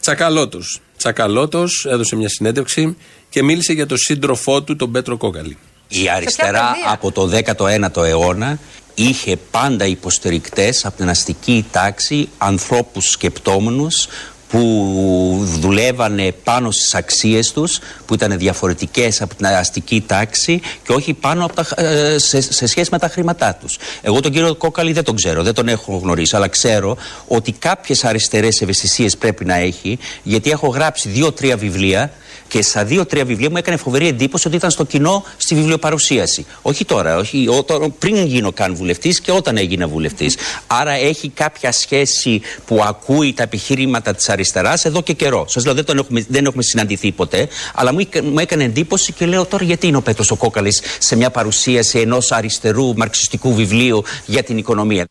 [SPEAKER 3] Τσακαλώτος. Τσακαλώτος έδωσε μια συνέντευξη και μίλησε για τον σύντροφό του, τον Πέτρο Κόκαλη.
[SPEAKER 7] Η αριστερά
[SPEAKER 9] παιδεία?
[SPEAKER 7] από το 19ο αιώνα είχε πάντα υποστηρικτές από την αστική τάξη, ανθρώπους σκεπτόμενους που δουλεύανε πάνω στις αξίες τους, που ήταν διαφορετικές από την αστική τάξη και όχι πάνω από τα, ε, σε, σε σχέση με τα χρήματά τους. Εγώ τον κύριο Κόκαλη δεν τον ξέρω, δεν τον έχω γνωρίσει, αλλά ξέρω ότι κάποιες αριστερές ευαισθησίες πρέπει να έχει, γιατί έχω γράψει δύο-τρία βιβλία και στα δύο-τρία βιβλία μου έκανε φοβερή εντύπωση ότι ήταν στο κοινό στη βιβλιοπαρουσίαση. Όχι τώρα, όχι όταν, πριν γίνω καν βουλευτής και όταν έγινα βουλευτής. Άρα έχει κάποια σχέση που ακούει τα επιχείρηματα της αριστεράς εδώ και καιρό. Σας λέω, δεν, τον έχουμε, δεν έχουμε συναντηθεί ποτέ, αλλά μου, έκα- μου έκανε εντύπωση και λέω τώρα γιατί είναι ο Πέτρος ο Κόκαλης σε μια παρουσίαση ενός αριστερού μαρξιστικού βιβλίου για την οικονομία.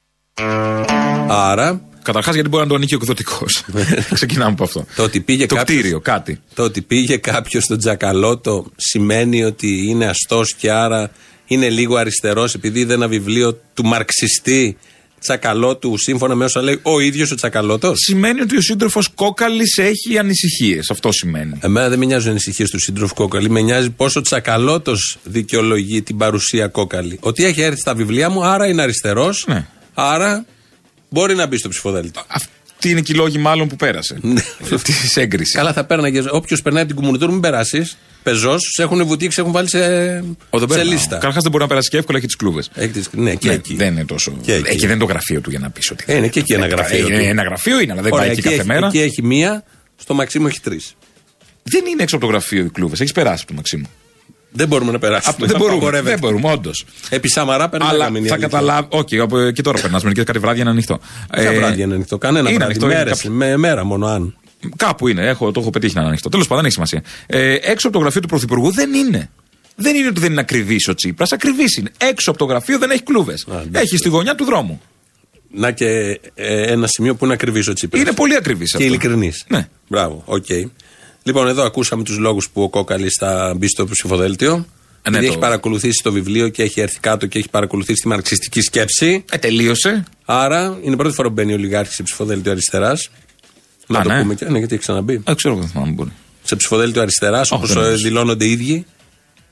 [SPEAKER 3] Άρα,
[SPEAKER 4] Καταρχάς, γιατί μπορεί να το ανήκει ο εκδοτικός.
[SPEAKER 3] *laughs*
[SPEAKER 4] Ξεκινάμε από αυτό.
[SPEAKER 3] Το ότι πήγε
[SPEAKER 4] το
[SPEAKER 3] κάποιος-
[SPEAKER 4] κτίριο, κάτι.
[SPEAKER 3] το ότι πήγε κάποιος στον Τσακαλώτο σημαίνει ότι είναι αστός και άρα είναι λίγο αριστερός επειδή είδε ένα βιβλίο του μαρξιστή Τσακαλώτου, σύμφωνα με όσα λέει ο ίδιος ο Τσακαλώτος.
[SPEAKER 4] Σημαίνει ότι ο σύντροφος Κόκαλης έχει ανησυχίες. Αυτό σημαίνει.
[SPEAKER 3] Εμένα δεν με νοιάζουν οι ανησυχίες του σύντροφου Κόκαλη. Με νοιάζει πόσο τσακαλώτος δικαιολογεί την παρουσία Κόκαλη. Ότι έχει έρθει στα βιβλία μου, άρα είναι αριστερός.
[SPEAKER 4] Ναι.
[SPEAKER 3] Άρα μπορεί να μπει στο ψηφοδέλτιο.
[SPEAKER 4] Αυτή είναι και οι λόγοι μάλλον που πέρασε. Αυτή τη έγκριση.
[SPEAKER 3] Ναι. Καλά, θα πέρναγε. Όποιος περνάει από την Κουμουνιτούρ, μην περάσεις. Πεζός, σε έχουν βουτήξει, σε έχουν βάλει σε, σε λίστα.
[SPEAKER 4] Καταρχά δεν μπορεί να περάσει και εύκολα, έχει τις κλούβες.
[SPEAKER 3] Έχει τις- Ναι, και
[SPEAKER 4] Ναι,
[SPEAKER 3] εκεί.
[SPEAKER 4] Δεν είναι τόσο.
[SPEAKER 3] Και εκεί.
[SPEAKER 4] Ε, και δεν είναι το γραφείο του για να πεις ότι.
[SPEAKER 3] Ε, είναι και εκεί ένα
[SPEAKER 4] Ε,
[SPEAKER 3] γραφείο
[SPEAKER 4] ε,
[SPEAKER 3] του.
[SPEAKER 4] Ένα γραφείο είναι, αλλά δεν
[SPEAKER 3] Ωραία,
[SPEAKER 4] πάει εκεί κάθε
[SPEAKER 3] έχει,
[SPEAKER 4] μέρα.
[SPEAKER 3] Εκεί έχει μία, στο Μαξίμου έχει τρεις.
[SPEAKER 4] Δεν είναι έξω από το γραφείο οι κλούβες. Έχεις περάσει από το
[SPEAKER 3] *laughs*
[SPEAKER 4] Μαξίμου.
[SPEAKER 3] Δεν μπορούμε να περάσουμε.
[SPEAKER 4] δεν μπορούμε.
[SPEAKER 3] απαγορεύεται.
[SPEAKER 4] Δεν μπορούμε, όντως.
[SPEAKER 3] Επί Σαμαρά περνάει
[SPEAKER 4] Αλλά θα καταλάβει. Όχι, από- και τώρα περνάς. Μερικές κάτι βράδυ είναι ανοιχτό.
[SPEAKER 3] Ποια
[SPEAKER 4] Ε,
[SPEAKER 3] βράδυ είναι ανοιχτό, κανένα
[SPEAKER 4] είναι
[SPEAKER 3] βράδυ.
[SPEAKER 4] ανοιχτό, είναι
[SPEAKER 3] μέρες,
[SPEAKER 4] κάποιο-
[SPEAKER 3] με, μέρα μόνο αν.
[SPEAKER 4] Κάπου είναι, έχω, το έχω πετύχει να είναι ανοιχτό. Τέλος πάντων, δεν έχει σημασία. Ε, έξω από το γραφείο του Πρωθυπουργού δεν είναι. Δεν είναι ότι δεν είναι ακριβής ο Τσίπρας, ακριβής είναι. Έξω από το γραφείο δεν έχει κλούβες.
[SPEAKER 3] εντάξει.
[SPEAKER 4] Έχει στη γωνιά του δρόμου.
[SPEAKER 3] Να και ε, ένα σημείο που είναι ακριβής ο Τσίπρας.
[SPEAKER 4] Είναι πολύ ακριβής
[SPEAKER 3] Και
[SPEAKER 4] αυτό.
[SPEAKER 3] ειλικρινής.
[SPEAKER 4] Ναι.
[SPEAKER 3] Μπράβο, οκ. Λοιπόν, εδώ ακούσαμε τους λόγους που ο Κόκαλης θα μπει στο ψηφοδέλτιο.
[SPEAKER 4] Ε, ναι,
[SPEAKER 3] επειδή
[SPEAKER 4] το-
[SPEAKER 3] έχει παρακολουθήσει το βιβλίο και έχει έρθει κάτω και έχει παρακολουθήσει τη μαρξιστική σκέψη.
[SPEAKER 4] Ε, τελείωσε.
[SPEAKER 3] Άρα είναι πρώτη φορά που μπαίνει ο Λιγάρχη σε ψηφοδέλτιο αριστεράς. Να
[SPEAKER 4] Α,
[SPEAKER 3] το
[SPEAKER 4] ναι.
[SPEAKER 3] πούμε και. Ναι, γιατί έχει ξαναμπεί.
[SPEAKER 4] Ε, ξέρω, δεν θυμάμαι μπορεί.
[SPEAKER 3] Σε ψηφοδέλτιο αριστεράς,
[SPEAKER 4] Όχι, δεν
[SPEAKER 3] όπω
[SPEAKER 4] νομίζω.
[SPEAKER 3] δηλώνονται οι ίδιοι.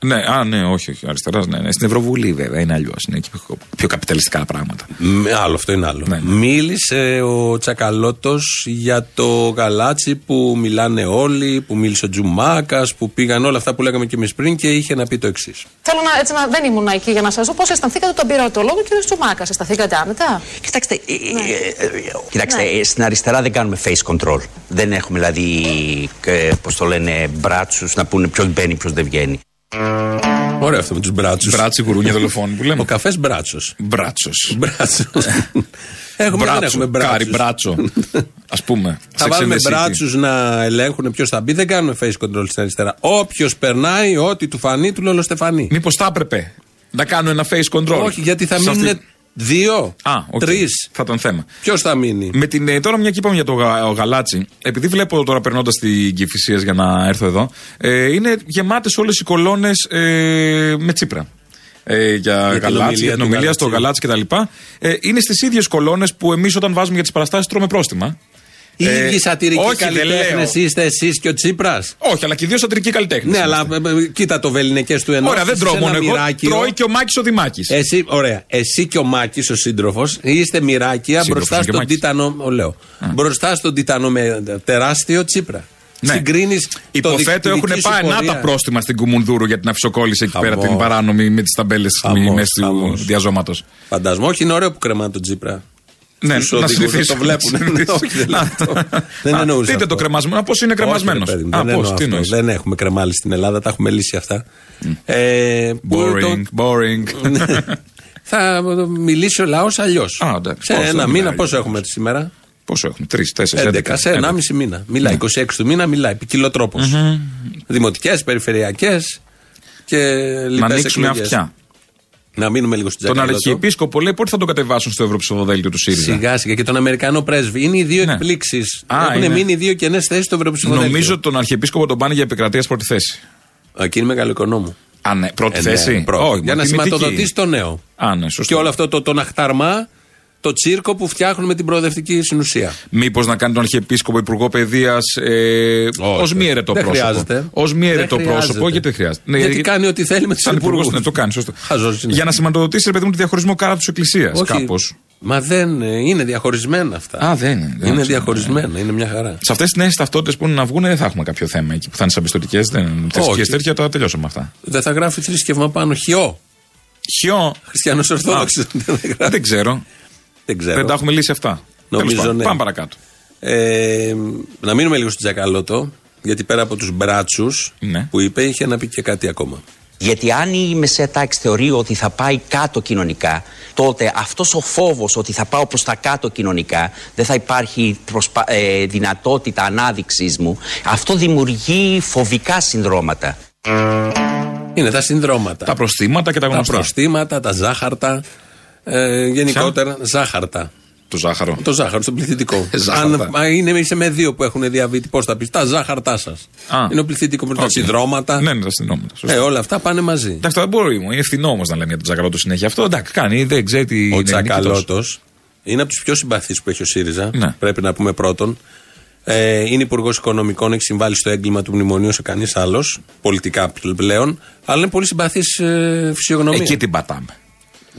[SPEAKER 4] Ναι, α, ναι, όχι, όχι αριστεράς. Ναι, ναι. Στην Ευρωβουλή βέβαια είναι αλλιώς. Είναι εκεί πιο- πιο καπιταλιστικά πράγματα.
[SPEAKER 3] Με- Άλλο, αυτό είναι άλλο.
[SPEAKER 4] Ναι, ναι.
[SPEAKER 3] Μίλησε ο Τσακαλώτος για το γαλάτσι που μιλάνε όλοι, που μίλησε ο Τζουμάκας, που πήγαν όλα αυτά που λέγαμε και εμείς πριν και είχε να πει το εξής.
[SPEAKER 9] Θέλω να, έτσι, να, δεν ήμουν εκεί για να σας δω πώς αισθανθήκατε τον πειρατολόγο κ. Τσουμάκα. Αισθανθήκατε άνετα.
[SPEAKER 7] Κοιτάξτε, ε, ε, ε, κοιτάξτε ε, στην αριστερά δεν κάνουμε face control. Δεν έχουμε δηλαδή, ε, πώς το λένε, μπράτσους να πούνε ποιος μπαίνει, ποιος δεν βγαίνει.
[SPEAKER 3] Ωραίο αυτό με τους μπράτσους.
[SPEAKER 4] Μπράτσι, γουρούνια δολοφόνη που
[SPEAKER 3] Ο
[SPEAKER 4] λέμε.
[SPEAKER 3] καφές μπράτσος.
[SPEAKER 4] Μπράτσος.
[SPEAKER 3] Μπράτσος. έχουμε, δεν έχουμε μπράτσους.
[SPEAKER 4] Κάρι
[SPEAKER 3] *laughs*
[SPEAKER 4] μπράτσο. Ας πούμε.
[SPEAKER 3] Θα
[SPEAKER 4] Sex
[SPEAKER 3] βάλουμε
[SPEAKER 4] and the City.
[SPEAKER 3] μπράτσους να ελέγχουν ποιος θα μπει. Δεν κάνουμε face control στην αριστερά. Όποιος περνάει, ό,τι του φανεί, του λολοστεφανεί.
[SPEAKER 4] Μήπως θα έπρεπε Να κάνω ένα face control.
[SPEAKER 3] Όχι, γιατί θα
[SPEAKER 4] Σε
[SPEAKER 3] μείνουν
[SPEAKER 4] αυτή-
[SPEAKER 3] δύο,
[SPEAKER 4] Α, οκ.
[SPEAKER 3] τρεις.
[SPEAKER 4] Θα ήταν θέμα.
[SPEAKER 3] Ποιος θα μείνει.
[SPEAKER 4] Με την, ε, τώρα, μια και είπαμε για το γα- ο Γαλάτσι, επειδή βλέπω τώρα περνώντας την Κυφυσία για να έρθω εδώ, ε, είναι γεμάτες όλες οι κολόνες ε, με τσίπρα. Ε, για
[SPEAKER 3] την
[SPEAKER 4] Γαλάτσι,
[SPEAKER 3] ομιλία
[SPEAKER 4] για την
[SPEAKER 3] του
[SPEAKER 4] ομιλία
[SPEAKER 3] Γαλατζή.
[SPEAKER 4] στο Γαλάτσι κτλ. Ε, είναι στις ίδιες κολόνες που εμείς όταν βάζουμε για τις παραστάσεις τρώμε πρόστιμα.
[SPEAKER 3] Οι
[SPEAKER 4] Ε,
[SPEAKER 3] ίδιοι σατυρικοί
[SPEAKER 4] όχι, δεν
[SPEAKER 3] καλλιτέχνες
[SPEAKER 4] λέω.
[SPEAKER 3] είστε εσείς και ο Τσίπρας.
[SPEAKER 4] Όχι, αλλά και δύο σατυρικοί καλλιτέχνες.
[SPEAKER 3] Ναι, αλλά ε, ε, κοίτα το βεληνικές του ενός.
[SPEAKER 4] Ωραία, δεν τρώω μόνο εγώ. Τρώει και ο Μάκης ο Δημάκης.
[SPEAKER 3] Εσύ, ωραία. Εσύ και ο Μάκης, ο σύντροφος, είστε μοιράκια
[SPEAKER 4] Σύντροφος
[SPEAKER 3] μπροστά
[SPEAKER 4] είναι και ο
[SPEAKER 3] στον
[SPEAKER 4] Μάκης.
[SPEAKER 3] Τίτανο. Ο λέω. Μπροστά στον Τίτανο με τεράστιο τσίπρα.
[SPEAKER 4] Ναι.
[SPEAKER 3] Συγκρίνεις.
[SPEAKER 4] Υποθέτω έχουν πάει να τα πρόστιμα στην Κουμουνδούρου για την αυσοκόλληση εκεί πέρα
[SPEAKER 3] Χαμός.
[SPEAKER 4] την παράνομη με τις ταμπέλες
[SPEAKER 3] Χαμός,
[SPEAKER 4] μέσα του
[SPEAKER 3] χαμός.
[SPEAKER 4] διαζώματος.
[SPEAKER 3] Φαντασμό, όχι, είναι ωραίο που κρεμά τον τσίπρα.
[SPEAKER 4] Ναι,
[SPEAKER 3] Στους
[SPEAKER 4] να
[SPEAKER 3] οδηγούς,
[SPEAKER 4] συνηθίσουν.
[SPEAKER 3] Το βλέπουν.
[SPEAKER 4] *laughs* Να συνηθίσουν.
[SPEAKER 3] Όχι, δεν λέω
[SPEAKER 4] *laughs*
[SPEAKER 3] αυτό.
[SPEAKER 4] Α,
[SPEAKER 3] Δεν
[SPEAKER 4] α,
[SPEAKER 3] εννοούσα.
[SPEAKER 4] Δείτε
[SPEAKER 3] αυτό.
[SPEAKER 4] το κρεμασμένο. Πώ είναι
[SPEAKER 3] Όχι, ρε
[SPEAKER 4] κρεμασμένος.
[SPEAKER 3] παιδί μου,
[SPEAKER 4] Α,
[SPEAKER 3] δεν
[SPEAKER 4] πώς,
[SPEAKER 3] εννοώ
[SPEAKER 4] τι
[SPEAKER 3] αυτό.
[SPEAKER 4] εννοείς.
[SPEAKER 3] Δεν έχουμε κρεμάλει στην Ελλάδα, τα έχουμε λύσει αυτά. Ε, που
[SPEAKER 4] Boring,
[SPEAKER 3] το-
[SPEAKER 4] boring.
[SPEAKER 3] Ναι. Θα μιλήσει ο λαός αλλιώς.
[SPEAKER 4] Α,
[SPEAKER 3] Σε
[SPEAKER 4] εντάξει. Πώς, δεν
[SPEAKER 3] ένα
[SPEAKER 4] μιλάει
[SPEAKER 3] μήνα,
[SPEAKER 4] αλλιώς.
[SPEAKER 3] πόσο έχουμε σήμερα.
[SPEAKER 4] *laughs* Πόσο έχουμε, τρεις, τέσσερις,
[SPEAKER 3] 11, σε 1,5 μήνα.
[SPEAKER 4] Ναι.
[SPEAKER 3] Μιλάει 26 του μήνα, μιλάει. Ποικιλό τρόπο. Δημοτικές, περιφερειακές και λοιπέ
[SPEAKER 4] Να ανοίξουμε αυτιά.
[SPEAKER 3] Να μείνουμε λίγο στην
[SPEAKER 4] Τον
[SPEAKER 3] τζακάλα.
[SPEAKER 4] Αρχιεπίσκοπο λέει πότε θα τον κατεβάσουν στο Ευρωψηφοδέλτιο του ΣΥΡΙΖΑ.
[SPEAKER 3] Σιγά σιγά και τον Αμερικανό πρέσβη. Είναι οι δύο
[SPEAKER 4] Ναι.
[SPEAKER 3] εκπλήξεις.
[SPEAKER 4] Α,
[SPEAKER 3] Έχουν
[SPEAKER 4] είναι.
[SPEAKER 3] μείνει δύο κενές θέσεις στο Ευρωψηφοδέλτιο.
[SPEAKER 4] Νομίζω ότι τον Αρχιεπίσκοπο τον πάνε για επικρατείας πρώτη θέση.
[SPEAKER 3] Εκεί είναι μεγάλο οικονόμου.
[SPEAKER 4] Α, ναι, πρώτη
[SPEAKER 3] Ε, ναι,
[SPEAKER 4] θέση.
[SPEAKER 3] πρώτη.
[SPEAKER 4] Όχι,
[SPEAKER 3] για να
[SPEAKER 4] τιμητική.
[SPEAKER 3] σηματοδοτήσει το νέο.
[SPEAKER 4] Α, ναι, σωστό.
[SPEAKER 3] Και όλο αυτό το, το ναχταρμά, το τσίρκο που φτιάχνουν με την προοδευτική συνουσία.
[SPEAKER 4] Μήπως να κάνει τον Αρχιεπίσκοπο Υπουργό Παιδείας ε, ως μη αιρετό
[SPEAKER 3] Δεν
[SPEAKER 4] πρόσωπο.
[SPEAKER 3] χρειάζεται.
[SPEAKER 4] Ως μη
[SPEAKER 3] Δεν
[SPEAKER 4] αιρετό
[SPEAKER 3] χρειάζεται.
[SPEAKER 4] πρόσωπο, γιατί δεν χρειάζεται.
[SPEAKER 3] Γιατί κάνει ό,τι θέλει με τους
[SPEAKER 4] Σαν υπουργός,
[SPEAKER 3] υπουργούς.
[SPEAKER 4] Ναι, το κάνει, σωστό.
[SPEAKER 3] Χαζός είναι.
[SPEAKER 4] Για να σηματοδοτήσει, ρε παιδί μου, τη διαχωρισμό κράτου εκκλησίας
[SPEAKER 3] Όχι.
[SPEAKER 4] κάπως.
[SPEAKER 3] Μα δεν ε, είναι διαχωρισμένα αυτά.
[SPEAKER 4] Α, δεν είναι. Δεν
[SPEAKER 3] είναι
[SPEAKER 4] ξέρω.
[SPEAKER 3] διαχωρισμένα, είναι μια χαρά.
[SPEAKER 4] Σε αυτές τις νέες ταυτότητες που είναι να βγουν, δεν θα έχουμε κάποιο θέμα εκεί που θα είναι σαν πιστοτικές. Θρησκείε
[SPEAKER 3] Όχι.
[SPEAKER 4] τέτοια, τώρα τελειώσαμε αυτά.
[SPEAKER 3] Δεν θα γράφει θρησκεύμα πάνω. Χιό.
[SPEAKER 4] Χιό.
[SPEAKER 3] Χριστιανός Ορθόδοξος. Δεν θα γράφει.
[SPEAKER 4] Δεν ξέρω.
[SPEAKER 3] Δεν ξέρω.
[SPEAKER 4] Δεν τα έχουμε λύσει αυτά.
[SPEAKER 3] Νομίζω,
[SPEAKER 4] Τέλος πάντων.
[SPEAKER 3] ναι.
[SPEAKER 4] Πάμε παρακάτω.
[SPEAKER 3] Ε, να μείνουμε λίγο στο Τζακαλώτο. Γιατί πέρα από τους μπράτσους
[SPEAKER 4] Ναι.
[SPEAKER 3] που είπε, είχε να πει και κάτι ακόμα.
[SPEAKER 7] Γιατί αν η μεσαία τάξη θεωρεί ότι θα πάει κάτω κοινωνικά, τότε αυτός ο φόβος ότι θα πάω προς τα κάτω κοινωνικά, δεν θα υπάρχει προσπα- ε, δυνατότητα ανάδειξής μου, αυτό δημιουργεί φοβικά συνδρόματα.
[SPEAKER 3] Είναι τα συνδρόματα.
[SPEAKER 4] Τα προστήματα και τα
[SPEAKER 3] τα
[SPEAKER 4] γνωστά.
[SPEAKER 3] προστήματα, τα ζάχαρτα. Ε, γενικότερα, ζάχαρτα.
[SPEAKER 4] Το ζάχαρο.
[SPEAKER 3] Το ζάχαρο στον πληθυντικό.
[SPEAKER 4] Ζάχαρτα.
[SPEAKER 3] Αν α, είναι, είσαι με δύο που έχουν διαβήτη, πώς θα πεις. Τα ζάχαρτά σας.
[SPEAKER 4] Α.
[SPEAKER 3] Είναι ο πληθυντικό με τα
[SPEAKER 4] Οκ.
[SPEAKER 3] συνδρόματα.
[SPEAKER 4] Ναι, ναι, τα συνδρόματα. σωστό.
[SPEAKER 3] Ε, όλα αυτά πάνε μαζί.
[SPEAKER 4] Εντάξει, τώρα δεν μπορεί. μου. Είναι φθηνό όμως να λέμε για τον Τζακαλώτο συνέχεια αυτό. Εντάξει, κάνει, δεν ξέρει τι είναι.
[SPEAKER 3] Ο
[SPEAKER 4] νικητός.
[SPEAKER 3] Τσακαλώτο είναι από τους πιο συμπαθείς που έχει ο ΣΥΡΙΖΑ.
[SPEAKER 4] Ναι.
[SPEAKER 3] Πρέπει να πούμε πρώτον. Ε, είναι υπουργός οικονομικών, έχει συμβάλει στο έγκλημα του μνημονίου σε κανείς άλλος. Πολιτικά πλέον. Αλλά είναι πολύ συμπαθής ε, φυσιογνωμία.
[SPEAKER 4] Εκεί την πατάμε.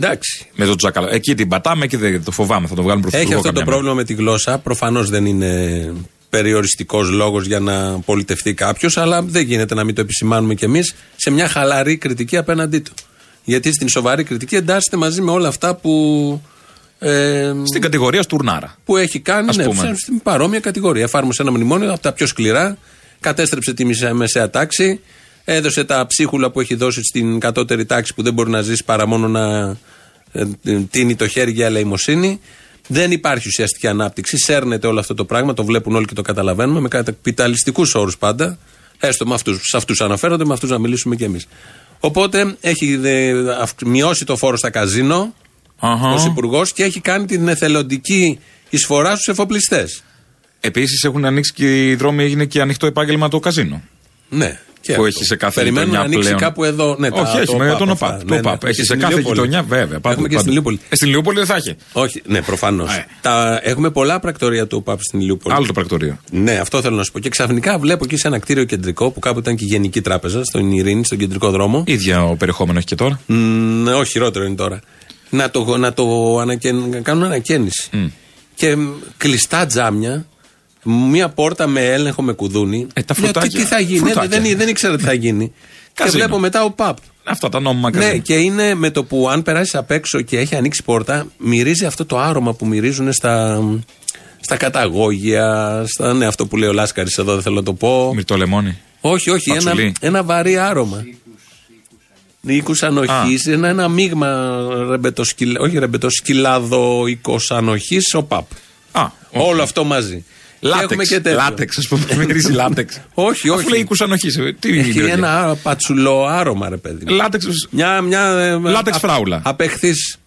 [SPEAKER 3] Εντάξει.
[SPEAKER 4] Με τον Τζακαλώτο. Εκεί την πατάμε και δεν το φοβάμαι. Θα το βγάλουμε προς
[SPEAKER 3] Έχει αυτό το πρόβλημα με τη γλώσσα. Προφανώς δεν είναι περιοριστικός λόγος για να πολιτευτεί κάποιος, αλλά δεν γίνεται να μην το επισημάνουμε κι εμείς σε μια χαλαρή κριτική απέναντί του. Γιατί στην σοβαρή κριτική εντάσσεται μαζί με όλα αυτά που. Ε,
[SPEAKER 4] Στην κατηγορία στουρνάρα.
[SPEAKER 3] που έχει κάνει
[SPEAKER 4] Ας
[SPEAKER 3] ναι,
[SPEAKER 4] πούμε.
[SPEAKER 3] στην παρόμοια κατηγορία. Εφάρμοσε ένα μνημόνιο από τα πιο σκληρά, κατέστρεψε τη μισέ- μεσαία τάξη, έδωσε τα ψίχουλα που έχει δώσει στην κατώτερη τάξη που δεν μπορεί να ζήσει παρά μόνο να ε, ε, τίνει το χέρι για ελεημοσύνη. Δεν υπάρχει ουσιαστική ανάπτυξη. Σέρνεται όλο αυτό το πράγμα, το βλέπουν όλοι και το καταλαβαίνουμε, με καπιταλιστικούς όρους πάντα. Έστω με αυτούς, σε αυτούς αναφέρονται, με αυτούς να μιλήσουμε κι εμείς. Οπότε έχει δε, αυκ- μειώσει το φόρο στα καζίνο,
[SPEAKER 4] Αχα.
[SPEAKER 3] ως υπουργός και έχει κάνει την εθελοντική εισφορά στους εφοπλιστές.
[SPEAKER 4] Επίσης έχουν ανοίξει και οι δρόμοι, έγινε και ανοιχτό επάγγελμα το καζίνο.
[SPEAKER 3] Ναι. Και
[SPEAKER 4] Που έχει σε κάθε
[SPEAKER 3] Περιμένουν
[SPEAKER 4] γειτονιά
[SPEAKER 3] να ανοίξει
[SPEAKER 4] πλέον.
[SPEAKER 3] κάπου εδώ. Ναι, τα-
[SPEAKER 4] Όχι, έχει με
[SPEAKER 3] ΟΠΑΠ
[SPEAKER 4] τον
[SPEAKER 3] αυτά.
[SPEAKER 4] ΟΠΑΠ. Το
[SPEAKER 3] Ναι, ναι.
[SPEAKER 4] ΟΠΑΠ.
[SPEAKER 3] Και
[SPEAKER 4] Έχει σε
[SPEAKER 3] στην
[SPEAKER 4] κάθε
[SPEAKER 3] Ηλιούπολη.
[SPEAKER 4] γειτονιά, βέβαια. Πάντα,
[SPEAKER 3] Έχουμε και στην
[SPEAKER 4] πάντα.
[SPEAKER 3] Λιούπολη.
[SPEAKER 4] Ε, Στην Λιούπολη δεν θα έχει.
[SPEAKER 3] Όχι, ναι, προφανώς.
[SPEAKER 4] Ε.
[SPEAKER 3] Έχουμε πολλά πρακτορία του ΟΠΑΠ στην Ηλιούπολη.
[SPEAKER 4] Άλλο το πρακτορείο.
[SPEAKER 3] Ναι, αυτό θέλω να σου πω. Και ξαφνικά βλέπω εκεί σε ένα κτίριο κεντρικό που κάποτε ήταν και η Γενική Τράπεζα, στον Ειρήνη, στον κεντρικό δρόμο.
[SPEAKER 4] ίδια ο περιεχόμενο έχει και τώρα.
[SPEAKER 3] Μ, ναι, όχι, χειρότερο είναι τώρα. Να το, να το ανακαιν- να κάνουν ανακαίνιση. Και μ, κλειστά τζάμια, μία πόρτα με έλεγχο με κουδούνι.
[SPEAKER 4] Ε, τα
[SPEAKER 3] Λέω, τι-
[SPEAKER 4] φρουτάκια.
[SPEAKER 3] τι, θα γίνει, ναι,
[SPEAKER 4] Φρουτάκια.
[SPEAKER 3] δεν, δεν, δεν ήξερα τι θα γίνει. και
[SPEAKER 4] *laughs* Καζίνο.
[SPEAKER 3] βλέπω μετά ο ΠΑΠ.
[SPEAKER 4] Αυτά τα νόμιμα
[SPEAKER 3] Ναι,
[SPEAKER 4] καζίνο.
[SPEAKER 3] και είναι με το που αν περάσεις απ' έξω και έχει ανοίξει πόρτα, μυρίζει αυτό το άρωμα που μυρίζουν στα, στα καταγόγια. Στα, ναι, αυτό που λέει ο Λάσκαρης εδώ, δεν θέλω να το πω.
[SPEAKER 4] Μυρτό λεμόνι.
[SPEAKER 3] Όχι, όχι, ένα,
[SPEAKER 4] Πατσουλί.
[SPEAKER 3] ένα βαρύ άρωμα. Οίκους ανοχής, ένα, ένα μείγμα ρεμπετοσκυλ, όχι ρεμπετοσκυλάδο οίκο ανοχής, ο ΠΑΠ.
[SPEAKER 4] Α,
[SPEAKER 3] Όλο αυτό μαζί. Και έχουμε
[SPEAKER 4] Λάτεξ.
[SPEAKER 3] και τέτοιο.
[SPEAKER 4] Λάτεξ, ας πούμε. Μυρίζει λάτεξ.
[SPEAKER 3] *laughs* Όχι, όχι.
[SPEAKER 4] Αφού λέει οίκου ανοχή. Τι
[SPEAKER 3] Έχει
[SPEAKER 4] είναι
[SPEAKER 3] ένα άρο- πατσουλό άρωμα, ρε παιδί. μου.
[SPEAKER 4] Λάτεξ.
[SPEAKER 3] Μια, μια, ε,
[SPEAKER 4] Λάτεξ φράουλα.
[SPEAKER 3] Απεχθής.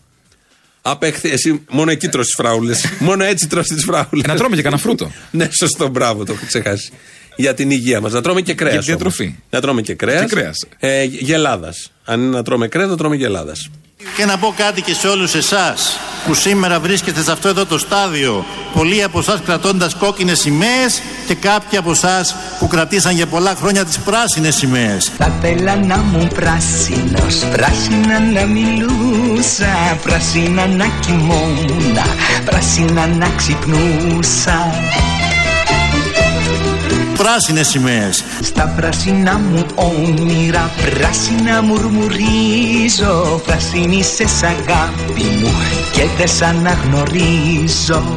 [SPEAKER 3] Απεχθή, εσύ μόνο εκεί τρως τις
[SPEAKER 4] *laughs*
[SPEAKER 3] φράουλες. μόνο έτσι τρως τις φράουλες.
[SPEAKER 4] Να τρώμε και κανένα φρούτο.
[SPEAKER 3] ναι, σωστό, μπράβο, το έχω ξεχάσει. Για την υγεία μας. Να τρώμε και κρέας.
[SPEAKER 4] Για διατροφή.
[SPEAKER 3] όμως. Να τρώμε και κρέας.
[SPEAKER 4] Και κρέας.
[SPEAKER 3] Ε, γελάδας. Αν είναι να τρώμε κρέας, να τρώμε γελάδας.
[SPEAKER 10] Και να πω κάτι και σε όλους εσάς που σήμερα βρίσκεστε σε αυτό εδώ το στάδιο πολλοί από εσάς κρατώντας κόκκινες σημαίες και κάποιοι από εσάς που κρατήσαν για πολλά χρόνια τις πράσινες σημαίες.
[SPEAKER 6] Θα θέλα να μου πράσινος, πράσινα να μιλούσα, πράσινα να κοιμόμουνα, πράσινα να ξυπνούσα.
[SPEAKER 10] Πράσινες σημαίες.
[SPEAKER 6] Στα πράσινα μου όνειρα, πράσινα μουρμουρίζω, πράσινη σε αγάπη μου και δεν σ' αναγνωρίζω.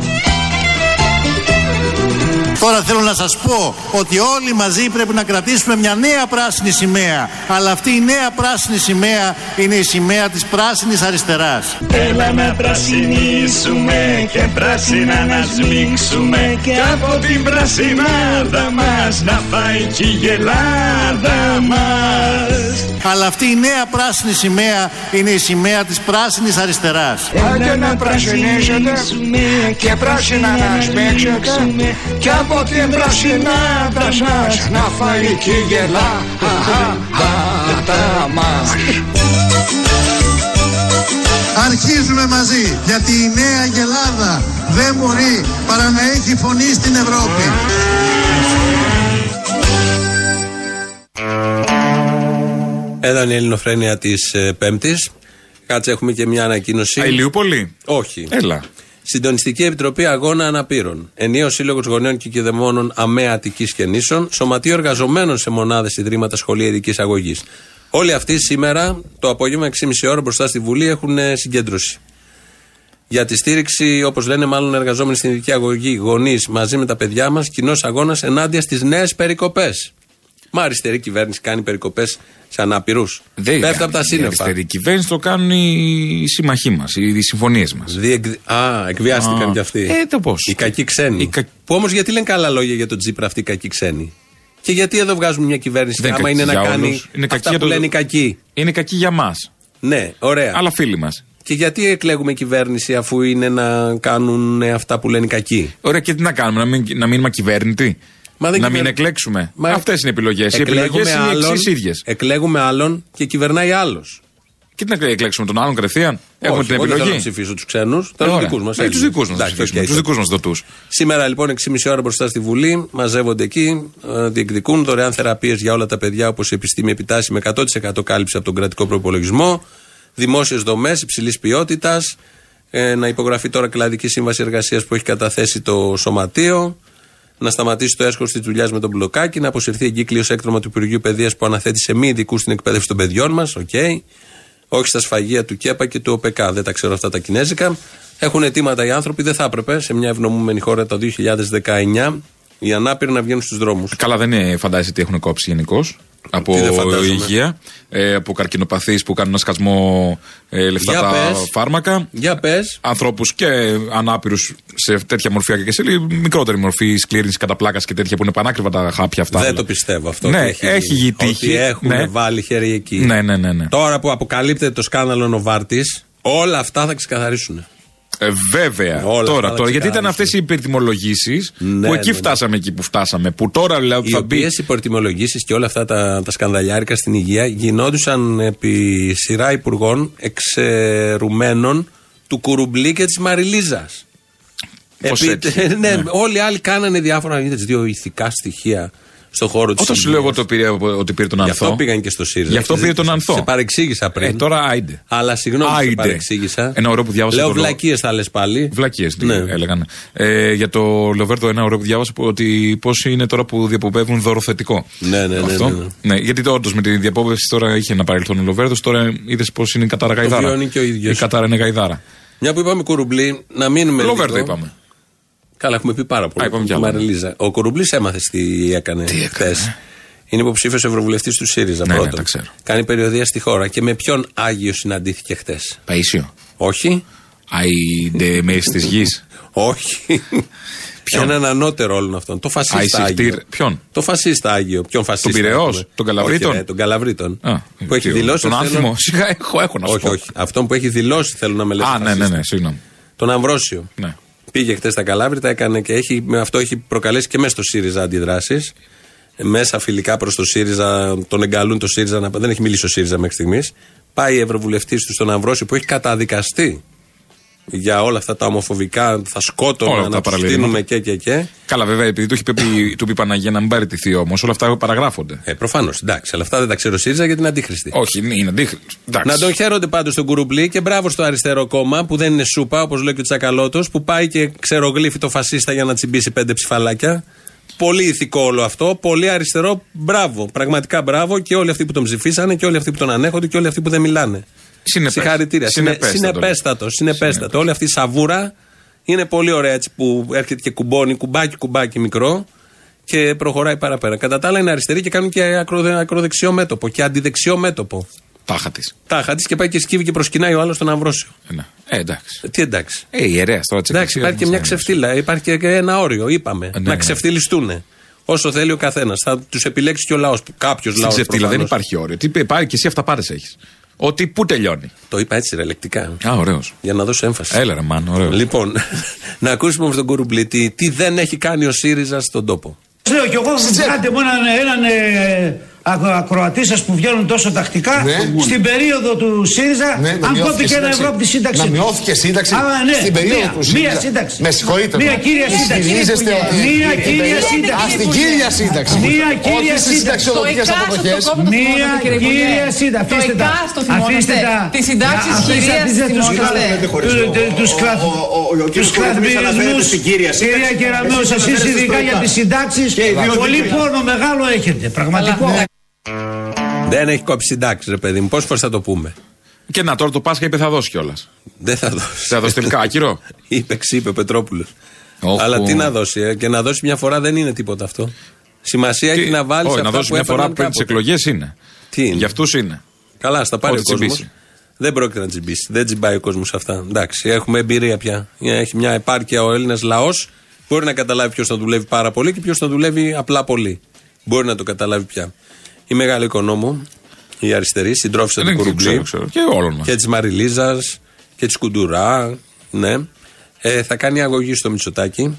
[SPEAKER 10] Τώρα θέλω να σας πω ότι όλοι μαζί πρέπει να κρατήσουμε μια νέα πράσινη σημαία. Αλλά αυτή η νέα πράσινη σημαία είναι η σημαία της πράσινης αριστεράς.
[SPEAKER 6] Έλα να πρασινίσουμε και πράσινα να σμίξουμε και από την πρασινάδα μας να φάει και η γελάδα μας.
[SPEAKER 10] Αλλά αυτή η νέα πράσινη σημαία είναι η σημαία της πράσινης αριστεράς.
[SPEAKER 6] Άντε να πρασινίσετε και πράσινα να σμίξετε και από την πρασινάδα σας να φάει και η γελάδα μας.
[SPEAKER 10] Αρχίζουμε μαζί, γιατί η νέα Γελάδα δεν μπορεί παρά να έχει φωνή στην Ευρώπη.
[SPEAKER 3] Εδώ είναι η Ελληνοφρένεια της Πέμπτης. Κάτσε, έχουμε και μια ανακοίνωση.
[SPEAKER 4] Αϊλιούπολη.
[SPEAKER 3] Όχι.
[SPEAKER 4] Έλα.
[SPEAKER 3] Συντονιστική Επιτροπή Αγώνα Αναπήρων. Ενίο Σύλλογος Γονέων και Κυδεμόνων Αμαία Αττικής και Νήσων. Σωματείο Εργαζομένων σε Μονάδες Ιδρύματα Σχολεία Ειδικής Αγωγής. Όλοι αυτοί σήμερα το απόγευμα 6.30 ώρα μπροστά στη Βουλή έχουν ε, συγκέντρωση. Για τη στήριξη, όπως λένε, μάλλον εργαζόμενοι στην ειδική αγωγή, γονείς μαζί με τα παιδιά μας, κοινός αγώνας ενάντια στις νέες περικοπές. Μα αριστερή κυβέρνηση κάνει περικοπές σε αναπηρού.
[SPEAKER 4] Δεν
[SPEAKER 3] Πέφτει από τα
[SPEAKER 4] κάνει η
[SPEAKER 3] σύννεφα.
[SPEAKER 4] αριστερή κυβέρνηση το κάνουν οι συμμαχοί μας, οι συμφωνίες μας.
[SPEAKER 3] Διεκδ- Α, εκβιάστηκαν
[SPEAKER 4] Α,
[SPEAKER 3] κι αυτοί.
[SPEAKER 4] ε, το πώς.
[SPEAKER 3] Οι κακοί ξένοι.
[SPEAKER 4] Οι κα-
[SPEAKER 3] Που όμως γιατί λένε καλά λόγια για τον Τζίπρα αυτοί οι κακοί ξένοι. Και γιατί εδώ βγάζουμε μια κυβέρνηση
[SPEAKER 4] Δεν
[SPEAKER 3] άμα
[SPEAKER 4] κακή
[SPEAKER 3] είναι να
[SPEAKER 4] για
[SPEAKER 3] κάνει
[SPEAKER 4] όλους. Είναι κακή
[SPEAKER 3] αυτά
[SPEAKER 4] για
[SPEAKER 3] που
[SPEAKER 4] το-
[SPEAKER 3] λένε οι κακοί.
[SPEAKER 4] Είναι κακή για μας.
[SPEAKER 3] Ναι, ωραία.
[SPEAKER 4] Αλλά φίλοι μας.
[SPEAKER 3] Και γιατί εκλέγουμε κυβέρνηση αφού είναι να κάνουν ε, αυτά που λένε οι κακοί.
[SPEAKER 4] Ωραία, και τι να κάνουμε, να, μην, να μείνουμε ακυβέρνητοι.
[SPEAKER 3] Μα δεν
[SPEAKER 4] να
[SPEAKER 3] κυβερ-
[SPEAKER 4] μην εκλέξουμε.
[SPEAKER 3] Μα-
[SPEAKER 4] Αυτές είναι οι επιλογές. Οι
[SPEAKER 3] Εκλέγουμε
[SPEAKER 4] επιλογές είναι οι
[SPEAKER 3] άλλον-
[SPEAKER 4] εξής ίδιες.
[SPEAKER 3] Εκλέγουμε άλλον και κυβερνάει άλλος.
[SPEAKER 4] Και τι να εκλέξουμε τον άλλον κατευθείαν. Έχουμε την
[SPEAKER 3] Δεν θέλω να
[SPEAKER 4] επιλογή. Ε,
[SPEAKER 3] ψηφίσω του ξένου. Θέλω του δικού μα.
[SPEAKER 4] Του δικού μα. Του δικού μα δοτού.
[SPEAKER 3] Σήμερα λοιπόν 6,5 ώρα μπροστά στη Βουλή μαζεύονται εκεί, ε, διεκδικούν δωρεάν θεραπείες για όλα τα παιδιά όπως η επιστήμη επιτάσσει με 100% κάλυψη από τον κρατικό προπολογισμό, δημόσιες δομές υψηλής ποιότητας, ε, να υπογραφεί τώρα κλαδική σύμβαση εργασίας που έχει καταθέσει το σωματείο, να σταματήσει το έσχος της δουλειάς με τον μπλοκάκι, να αποσυρθεί εγκύκλιο έκτρωμα του Υπουργείου Παιδείας που αναθέτει σε μη ειδικούς στην εκπαίδευση των παιδιών μας, οκ. Όχι στα σφαγεία του ΚΕΠΑ και του ΟΠΕΚΑ. Δεν τα ξέρω αυτά τα κινέζικα. Έχουν αιτήματα οι άνθρωποι, δεν θα έπρεπε σε μια ευνομούμενη χώρα το 2019 οι ανάπηροι να βγαίνουν στους δρόμους.
[SPEAKER 4] Καλά, δεν ε, φαντάζεσαι τι έχουν κόψει γενικώς. Από
[SPEAKER 3] Τι δεν φαντάζομαι.
[SPEAKER 4] υγεία, ε, από καρκινοπαθείς που κάνουν ένα σκασμό ε, λεφτά
[SPEAKER 3] Για
[SPEAKER 4] τα
[SPEAKER 3] πες.
[SPEAKER 4] φάρμακα.
[SPEAKER 3] Για πες.
[SPEAKER 4] Ανθρώπους και ανάπηρους σε τέτοια μορφή και σε λίγο μικρότερη μορφή σκλήρινση κατά πλάκα και τέτοια που είναι πανάκριβα τα χάπια αυτά.
[SPEAKER 3] Δεν
[SPEAKER 4] αλλά.
[SPEAKER 3] το πιστεύω αυτό.
[SPEAKER 4] Ναι,
[SPEAKER 3] ότι
[SPEAKER 4] έχει, έχει
[SPEAKER 3] γίνει.
[SPEAKER 4] τύχη.
[SPEAKER 3] Ότι έχουν
[SPEAKER 4] ναι.
[SPEAKER 3] βάλει χέρι εκεί.
[SPEAKER 4] Ναι, ναι, ναι. ναι.
[SPEAKER 3] Τώρα που αποκαλύπτεται το σκάνδαλο Νοβάρτη, όλα αυτά θα ξεκαθαρίσουν.
[SPEAKER 4] Ε, βέβαια.
[SPEAKER 3] Όλα αυτά
[SPEAKER 4] τώρα,
[SPEAKER 3] τα
[SPEAKER 4] τώρα γιατί ήταν αυτέ
[SPEAKER 3] ξεκάθαρα.
[SPEAKER 4] οι υπερτιμολογήσεις
[SPEAKER 3] Ναι,
[SPEAKER 4] που εκεί
[SPEAKER 3] ναι, ναι.
[SPEAKER 4] φτάσαμε εκεί που φτάσαμε. Που τώρα δηλαδή
[SPEAKER 3] Οι
[SPEAKER 4] θα μπει.
[SPEAKER 3] οποίες υπορτιμολογήσει και όλα αυτά τα, τα σκανδαλιάρικα στην υγεία γινόντουσαν επί σειρά υπουργών εξαιρουμένων του Κουρουμπλή και της Μαριλίζας. *laughs*
[SPEAKER 4] Πώς
[SPEAKER 3] ναι,
[SPEAKER 4] έτσι, ναι.
[SPEAKER 3] όλοι οι άλλοι κάνανε διάφορα. Είδες δύο ηθικά στοιχεία στον χώρο της.
[SPEAKER 4] Όταν σου λέω εγώ το πήρε, ότι πήρε τον
[SPEAKER 3] Γι'
[SPEAKER 4] Ανθό.
[SPEAKER 3] αυτό πήγαν και στο ΣΥΡΙΖΑ.
[SPEAKER 4] Γι' αυτό
[SPEAKER 3] Σε-
[SPEAKER 4] πήρε τον Ανθό.
[SPEAKER 3] Σε παρεξήγησα πριν.
[SPEAKER 4] Ε, τώρα άιντε.
[SPEAKER 3] Αλλά συγγνώμη, σε
[SPEAKER 4] Άιντε.
[SPEAKER 3] παρεξήγησα.
[SPEAKER 4] Ένα ωραίο που διάβασα.
[SPEAKER 3] Λέω
[SPEAKER 4] το λο-
[SPEAKER 3] βλακίες θα λες πάλι.
[SPEAKER 4] Βλακίες, τι
[SPEAKER 3] Ναι.
[SPEAKER 4] έλεγαν. Ε, για το Λοβέρτο, ένα ωραίο που διάβασα που- ότι πώς είναι τώρα που διαποπεύουν δωροθετικό.
[SPEAKER 3] Ναι, ναι, ναι,
[SPEAKER 4] Αυτό.
[SPEAKER 3] ναι, ναι.
[SPEAKER 4] γιατί όντως με τη διαπόπευση τώρα είχε ένα παρελθόν ο Λοβέρτο, τώρα είδες πώς είναι η κατάρα γαϊδάρα.
[SPEAKER 3] βιώνει και ο ίδιος.
[SPEAKER 4] Η κατάρα είναι γαϊδάρα.
[SPEAKER 3] Μια που είπαμε Κουρουμπλή, να μείνουμε.
[SPEAKER 4] Λοβέρτο
[SPEAKER 3] λίγο.
[SPEAKER 4] είπαμε.
[SPEAKER 3] Καλά, έχουμε πει πάρα
[SPEAKER 4] Α,
[SPEAKER 3] πολύ.
[SPEAKER 4] είπαμε κι
[SPEAKER 3] Τη
[SPEAKER 4] άλλο, ναι.
[SPEAKER 3] Μαριλίζα. Ο Κορουμπλής έμαθε τι έκανε χθε. Είναι υποψήφιος ευρωβουλευτής του ΣΥΡΙΖΑ
[SPEAKER 4] Ναι, ναι,
[SPEAKER 3] πρώτον.
[SPEAKER 4] τα ξέρω.
[SPEAKER 3] Κάνει περιοδία στη χώρα. Και με ποιον Άγιο συναντήθηκε χθες.
[SPEAKER 4] Παίσιο.
[SPEAKER 3] Όχι.
[SPEAKER 4] Αιντε μέρη τη γης.
[SPEAKER 3] Όχι. Ποιον? Έναν ανώτερο όλων αυτών. Το φασίστα
[SPEAKER 4] Αϊσυχτήρ.
[SPEAKER 3] Άγιο.
[SPEAKER 4] Ποιον?
[SPEAKER 3] Το φασίστα Άγιο. Ποιον φασίστα.
[SPEAKER 4] Τον Πειραιός,
[SPEAKER 3] έχουμε.
[SPEAKER 4] τον Καλαβρίτον?
[SPEAKER 3] Όχι, ρε, τον Καλαβρίτον.
[SPEAKER 4] Α,
[SPEAKER 3] που έχει
[SPEAKER 4] τι,
[SPEAKER 3] δηλώσει.
[SPEAKER 4] τον
[SPEAKER 3] θέλω-
[SPEAKER 4] άνθιμο. *laughs* Σιγά έχω, έχω να σου
[SPEAKER 3] Όχι,
[SPEAKER 4] πω.
[SPEAKER 3] όχι. Αυτόν που έχει δηλώσει θέλω να με λες
[SPEAKER 4] Α, ναι, ναι,
[SPEAKER 3] φασίστα.
[SPEAKER 4] ναι, συγγνώμη.
[SPEAKER 3] Τον Αμβρόσιο.
[SPEAKER 4] Ναι.
[SPEAKER 3] Πήγε χτε στα Καλάβρητα, έκανε και έχει, με αυτό έχει προκαλέσει και μέσα στο ΣΥΡΙΖΑ αντιδράσεις. Μέσα φιλικά προς το ΣΥΡΙΖΑ, τον εγκαλούν το ΣΥΡΙΖΑ να Δεν έχει μιλήσει ο ΣΥΡΙΖΑ μέχρι στιγμής. Πάει η Ευρωβουλευτής του στον Αμβρόσιο που έχει καταδικαστεί για όλα αυτά τα ομοφοβικά, θα
[SPEAKER 4] Όλα
[SPEAKER 3] σκότωνα,
[SPEAKER 4] αυτά
[SPEAKER 3] να
[SPEAKER 4] τα
[SPEAKER 3] τους
[SPEAKER 4] παραλήρηματα.
[SPEAKER 3] στείλουμε και και και.
[SPEAKER 4] Καλά, βέβαια, επειδή του είχε πει, του πει η Παναγία να μην πάρει τη θεία όμως, όλα αυτά παραγράφονται.
[SPEAKER 3] Ε, Προφανώς, εντάξει, αλλά αυτά δεν τα ξέρω ο ΣΥΡΙΖΑ γιατί είναι αντίχρηστη.
[SPEAKER 4] Όχι, είναι, είναι αντίχρηστο. Εντάξει.
[SPEAKER 3] Να τον χαίρονται πάντως τον Κουρουπλή και μπράβο στο αριστερό κόμμα που δεν είναι σούπα, όπως λέει και ο Τσακαλώτος, που πάει και ξερογλύφει το φασίστα για να τσιμπήσει πέντε ψηφαλάκια. Πολύ ηθικό όλο αυτό, πολύ αριστερό. Μπράβο, πραγματικά μπράβο και όλοι αυτοί που τον ψηφίσανε και όλοι αυτοί που τον ανέχονται και όλοι αυτοί που δεν μιλάνε.
[SPEAKER 4] Συνεπές.
[SPEAKER 3] Συγχαρητήρια.
[SPEAKER 4] Συνεπέστατο. λοιπόν.
[SPEAKER 3] Συνε- Συνεπέστατο. Συνεπέστατο. Όλη αυτή η σαβούρα είναι πολύ ωραία έτσι που έρχεται και κουμπώνει κουμπάκι κουμπάκι μικρό και προχωράει παραπέρα. Κατά τα άλλα είναι αριστερή και κάνουν και ακροδε- ακροδεξιό μέτωπο και αντιδεξιό μέτωπο
[SPEAKER 4] Τάχα της.
[SPEAKER 3] τάχα της και πάει και σκύβει και προσκυνάει ο άλλος τον Αμβρόσιο.
[SPEAKER 4] Ε, εντάξει.
[SPEAKER 3] Ε, Τι εντάξει.
[SPEAKER 4] Ε, ιερέα τώρα τη
[SPEAKER 3] Εντάξει, υπάρχει και μια ξεφτύλα, υπάρχει και ένα όριο, είπαμε.
[SPEAKER 4] ναι,
[SPEAKER 3] να
[SPEAKER 4] ναι.
[SPEAKER 3] ξεφτυλιστούν. Όσο θέλει ο καθένας. Θα τους επιλέξει και ο λαός. Κάποιος
[SPEAKER 4] Στην
[SPEAKER 3] λαό.
[SPEAKER 4] ξεφτύλα δεν υπάρχει όριο. Τι πει- πάρει και εσύ αυτά πάρε έχεις. Ότι πού τελειώνει.
[SPEAKER 3] Το είπα έτσι ρελεκτικά.
[SPEAKER 4] Α, ωραίος.
[SPEAKER 3] Για να δώσω έμφαση.
[SPEAKER 4] Έλα, ρε, μαν, ωραίος.
[SPEAKER 3] Λοιπόν, *laughs* να ακούσουμε από τον Κουρουμπλή τι, τι δεν έχει κάνει ο ΣΥΡΙΖΑ στον τόπο.
[SPEAKER 11] Σας λέω κι εγώ, κάντε μου έναν, έναν ε, ακρο- ακροατής σας που βγαίνουν τόσο τακτικά
[SPEAKER 12] Ναι.
[SPEAKER 11] στην περίοδο του ΣΥΡΙΖΑ
[SPEAKER 12] Ναι, να
[SPEAKER 11] αν
[SPEAKER 12] μειώθηκε
[SPEAKER 11] κόπηκε
[SPEAKER 12] η
[SPEAKER 11] ένα
[SPEAKER 12] σύνταξη.
[SPEAKER 11] ευρώ από τη σύνταξη.
[SPEAKER 12] Να
[SPEAKER 11] του.
[SPEAKER 12] μειώθηκε η σύνταξη
[SPEAKER 11] Αλλά ναι,
[SPEAKER 12] στην περίοδο
[SPEAKER 11] μία,
[SPEAKER 12] του ΣΥΡΙΖΑ.
[SPEAKER 11] Μία σύνταξη.
[SPEAKER 12] Με συγχωρείτε ναι.
[SPEAKER 11] Μία
[SPEAKER 12] τώρα.
[SPEAKER 11] κύρια σύνταξη.
[SPEAKER 12] Ισχυρίζεστε ότι
[SPEAKER 11] Μία
[SPEAKER 12] η
[SPEAKER 11] κύρια
[SPEAKER 12] περίοδος-
[SPEAKER 11] σύνταξη.
[SPEAKER 12] Α, στην κύρια σύνταξη.
[SPEAKER 11] Μία
[SPEAKER 12] Όχι
[SPEAKER 11] κύρια
[SPEAKER 12] στις
[SPEAKER 11] σύνταξη.
[SPEAKER 12] συνταξιοδοτικές αποδοχές.
[SPEAKER 11] Μία κύρια σύνταξη.
[SPEAKER 13] Το
[SPEAKER 11] Αφήστε τα.
[SPEAKER 13] εκάστο
[SPEAKER 11] Αφήστε
[SPEAKER 13] θυμόμαστε.
[SPEAKER 11] τα.
[SPEAKER 13] Τις συντάξεις
[SPEAKER 11] Αφήστε-
[SPEAKER 13] κυρίας
[SPEAKER 11] αφήστε τους
[SPEAKER 13] θυμόμαστε.
[SPEAKER 11] κλα-
[SPEAKER 13] Δεν
[SPEAKER 12] χωρίζω.
[SPEAKER 11] του- του- τους κλα-
[SPEAKER 12] Ο- ο- ο- ο κύριος
[SPEAKER 11] τους
[SPEAKER 12] Κουρουμπλής
[SPEAKER 11] κλαδμούς.
[SPEAKER 12] αναφέρεται στην κύρια σύνταξη.
[SPEAKER 11] Κυρία Κεραμέου,
[SPEAKER 12] Εσείς
[SPEAKER 11] εσείς
[SPEAKER 12] αναφέρεστε
[SPEAKER 11] ειδικά
[SPEAKER 12] στο
[SPEAKER 11] για
[SPEAKER 12] ΕΚΑ.
[SPEAKER 11] τις συντάξεις,
[SPEAKER 12] Και οι δύο
[SPEAKER 11] πολύ
[SPEAKER 12] δίκαια.
[SPEAKER 11] πόνο μεγάλο έχετε. Πραγματικό.
[SPEAKER 3] Δεν έχει κόψει συντάξει, ρε παιδί μου. Πόσες φορές θα το πούμε.
[SPEAKER 4] Και να τώρα το Πάσχα είπε θα δώσει κιόλας.
[SPEAKER 3] Δεν θα δώσει.
[SPEAKER 4] Θα δώσει
[SPEAKER 3] *laughs*
[SPEAKER 4] τελικά άκυρο.
[SPEAKER 3] Είπε, είπε Πετρόπουλο. Αλλά τι να δώσει, ε, και να δώσει μια φορά δεν είναι τίποτα αυτό. Σημασία έχει να βάλεις.
[SPEAKER 4] Όχι, να δώσει μια φορά πριν τις εκλογές είναι.
[SPEAKER 3] Τι είναι.
[SPEAKER 4] Για αυτούς είναι.
[SPEAKER 3] Καλά, στα πάρει
[SPEAKER 4] Όχι,
[SPEAKER 3] ο κόσμος.
[SPEAKER 4] τσιμπήσεις.
[SPEAKER 3] Δεν πρόκειται να τσιμπήσει. Δεν τσιμπάει ο κόσμος αυτά. Εντάξει, έχουμε εμπειρία πια. Ε, Έχει μια επάρκεια ο Έλληνας λαός. Μπορεί να καταλάβει ποιος θα δουλεύει πάρα πολύ και ποιος θα δουλεύει απλά πολύ. Μπορεί να το καταλάβει πια. Η μεγάλη οικονόμου, η αριστερή, συντρόφισσα
[SPEAKER 4] Δεν
[SPEAKER 3] του
[SPEAKER 4] ξέρω,
[SPEAKER 3] Κουρουπλή
[SPEAKER 4] ξέρω, ξέρω. Και όλων μας.
[SPEAKER 3] Και της Μαριλίζας και της Κουντουρά. Ναι. Ε, θα κάνει αγωγή στο Μητσοτάκι.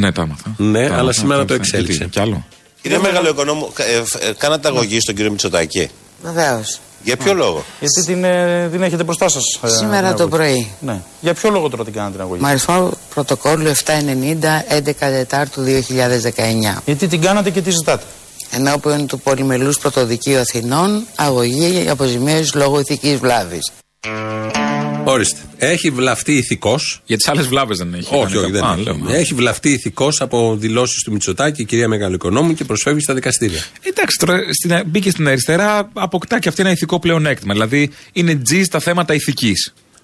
[SPEAKER 4] Ναι, τα άμαθα.
[SPEAKER 3] Ναι,
[SPEAKER 4] Τα
[SPEAKER 3] αλλά
[SPEAKER 4] άμαθα,
[SPEAKER 3] σήμερα
[SPEAKER 4] τα
[SPEAKER 3] το
[SPEAKER 4] άμαθα.
[SPEAKER 3] εξέλιξε.
[SPEAKER 4] Γιατί, Κι άλλο.
[SPEAKER 14] Κύριε Μεγάλο Οικονόμου, κα- ε, φ- ε, κάνατε αγωγή στον κύριο Μητσοτάκη.
[SPEAKER 2] Βεβαίως.
[SPEAKER 14] Για ποιο λόγο.
[SPEAKER 1] Γιατί την, ε, την έχετε μπροστά σας.
[SPEAKER 2] Σήμερα το πρωί.
[SPEAKER 1] Ναι. Για ποιο λόγο τώρα την κάνατε την αγωγή.
[SPEAKER 2] Με αριθμό πρωτοκόλλου 790 11 Τετάρτου 2019.
[SPEAKER 1] Γιατί την κάνατε και τη ζητάτε.
[SPEAKER 2] Ενώπιον του Πολυμελούς Πρωτοδικείου Αθηνών, αγωγή για αποζημίωση λόγω ηθικής βλάβης.
[SPEAKER 3] Ορίστε. Έχει βλαφτεί ηθικός.
[SPEAKER 4] Για τις άλλες βλάβες δεν έχει.
[SPEAKER 3] Όχι,
[SPEAKER 4] Κάνει
[SPEAKER 3] όχι, δεν
[SPEAKER 4] κάπου. Α, ναι.
[SPEAKER 3] έχει.
[SPEAKER 4] λέμε.
[SPEAKER 3] Έχει βλαφτεί ηθικός από δηλώσεις του Μητσοτάκη, η κυρία Μεγαλοοικονόμου και προσφεύγει στα δικαστήρια.
[SPEAKER 4] Εντάξει, τώρα στην, μπήκε στην αριστερά, αποκτά και αυτή ένα ηθικό πλεονέκτημα. Δηλαδή είναι τζι τα θέματα ηθικής.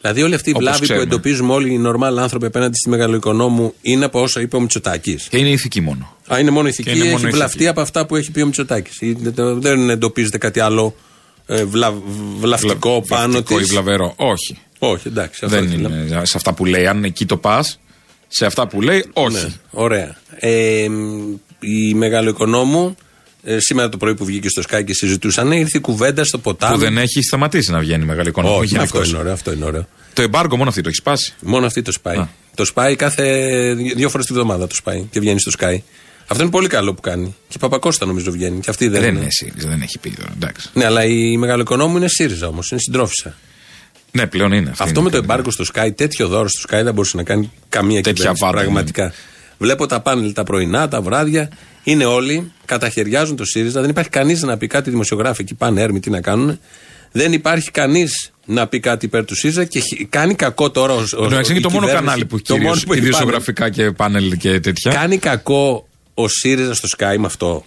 [SPEAKER 3] Δηλαδή, όλη αυτή η
[SPEAKER 4] Όπως
[SPEAKER 3] βλάβη που
[SPEAKER 4] ξέρουμε.
[SPEAKER 3] εντοπίζουμε όλοι οι νορμάλ άνθρωποι απέναντι στη Μεγαλοοικονόμου είναι από όσα είπε ο Μητσοτάκης.
[SPEAKER 4] Και είναι ηθική μόνο.
[SPEAKER 3] Α, είναι μόνο ηθική,
[SPEAKER 4] Και είναι μόνο
[SPEAKER 3] έχει
[SPEAKER 4] ηθική.
[SPEAKER 3] βλαφτεί από αυτά που έχει πει ο Μητσοτάκης. Δεν εντοπίζεται κάτι άλλο ε, βλα- βλαφτικό πάνω
[SPEAKER 4] Βλαφτικό
[SPEAKER 3] της.
[SPEAKER 4] ή βλαβερό. Όχι.
[SPEAKER 3] Όχι, εντάξει. αυτό
[SPEAKER 4] δεν
[SPEAKER 3] ήθελα.
[SPEAKER 4] είναι σε αυτά που λέει. Αν εκεί το πας, σε αυτά που λέει, όχι.
[SPEAKER 3] Ναι, ωραία. Ε, μ, η Μεγαλοοικονόμου ε, σήμερα το πρωί που βγήκε στο Sky και συζητούσαν, «Ε, ήρθε η κουβέντα στο ποτάμι.
[SPEAKER 4] Που δεν έχει σταματήσει να βγαίνει μεγάλη οικονομία.
[SPEAKER 3] Όχι,
[SPEAKER 4] γενικώς.
[SPEAKER 3] αυτό είναι ωραίο, αυτό είναι ωραίο.
[SPEAKER 4] Το εμπάργκο μόνο αυτή το έχει σπάσει.
[SPEAKER 3] Μόνο αυτή το σπάει. Το σπάει κάθε. δύο φορές τη βδομάδα το σπάει και βγαίνει στο Sky. Αυτό είναι πολύ καλό που κάνει. Και η Παπακώστα νομίζω βγαίνει. Και αυτή δεν,
[SPEAKER 4] Δεν είναι ΣΥΡΙΖΑ, δεν έχει πει τώρα. Εντάξει.
[SPEAKER 3] Ναι, αλλά η μεγαλοοικονόμου είναι ΣΥΡΙΖΑ όμως, είναι συντρόφισσα.
[SPEAKER 4] Ναι, πλέον είναι. Αυτή
[SPEAKER 3] Αυτό
[SPEAKER 4] είναι
[SPEAKER 3] με το εμπάρκο στο Sky, τέτοιο δώρο στο Sky δεν μπορούσε να κάνει καμία κυβέρνηση.
[SPEAKER 4] βάρδια,
[SPEAKER 3] Πραγματικά. Βλέπω τα πάνελ τα πρωινά, τα βράδια. Είναι όλοι, καταχαιριάζουν το ΣΥΡΙΖΑ. Δεν υπάρχει κανείς να πει κάτι. Οι δημοσιογράφοι εκεί πάνε έρμοι, τι να κάνουν. Δεν υπάρχει κανείς να πει κάτι υπέρ του ΣΥΡΙΖΑ και χει- κάνει κακό τώρα ο, ο,
[SPEAKER 4] Εν τω μεταξύ, είναι
[SPEAKER 3] η
[SPEAKER 4] το μόνο
[SPEAKER 3] κυβέρνηση.
[SPEAKER 4] κανάλι που έχει
[SPEAKER 3] Το μόνο
[SPEAKER 4] κυρίως
[SPEAKER 3] που έχει πάνελ.
[SPEAKER 4] ειδησιογραφικά και πάνελ και τέτοια.
[SPEAKER 3] Κάνει κακό ο ΣΥΡΙΖΑ στο Sky με αυτό.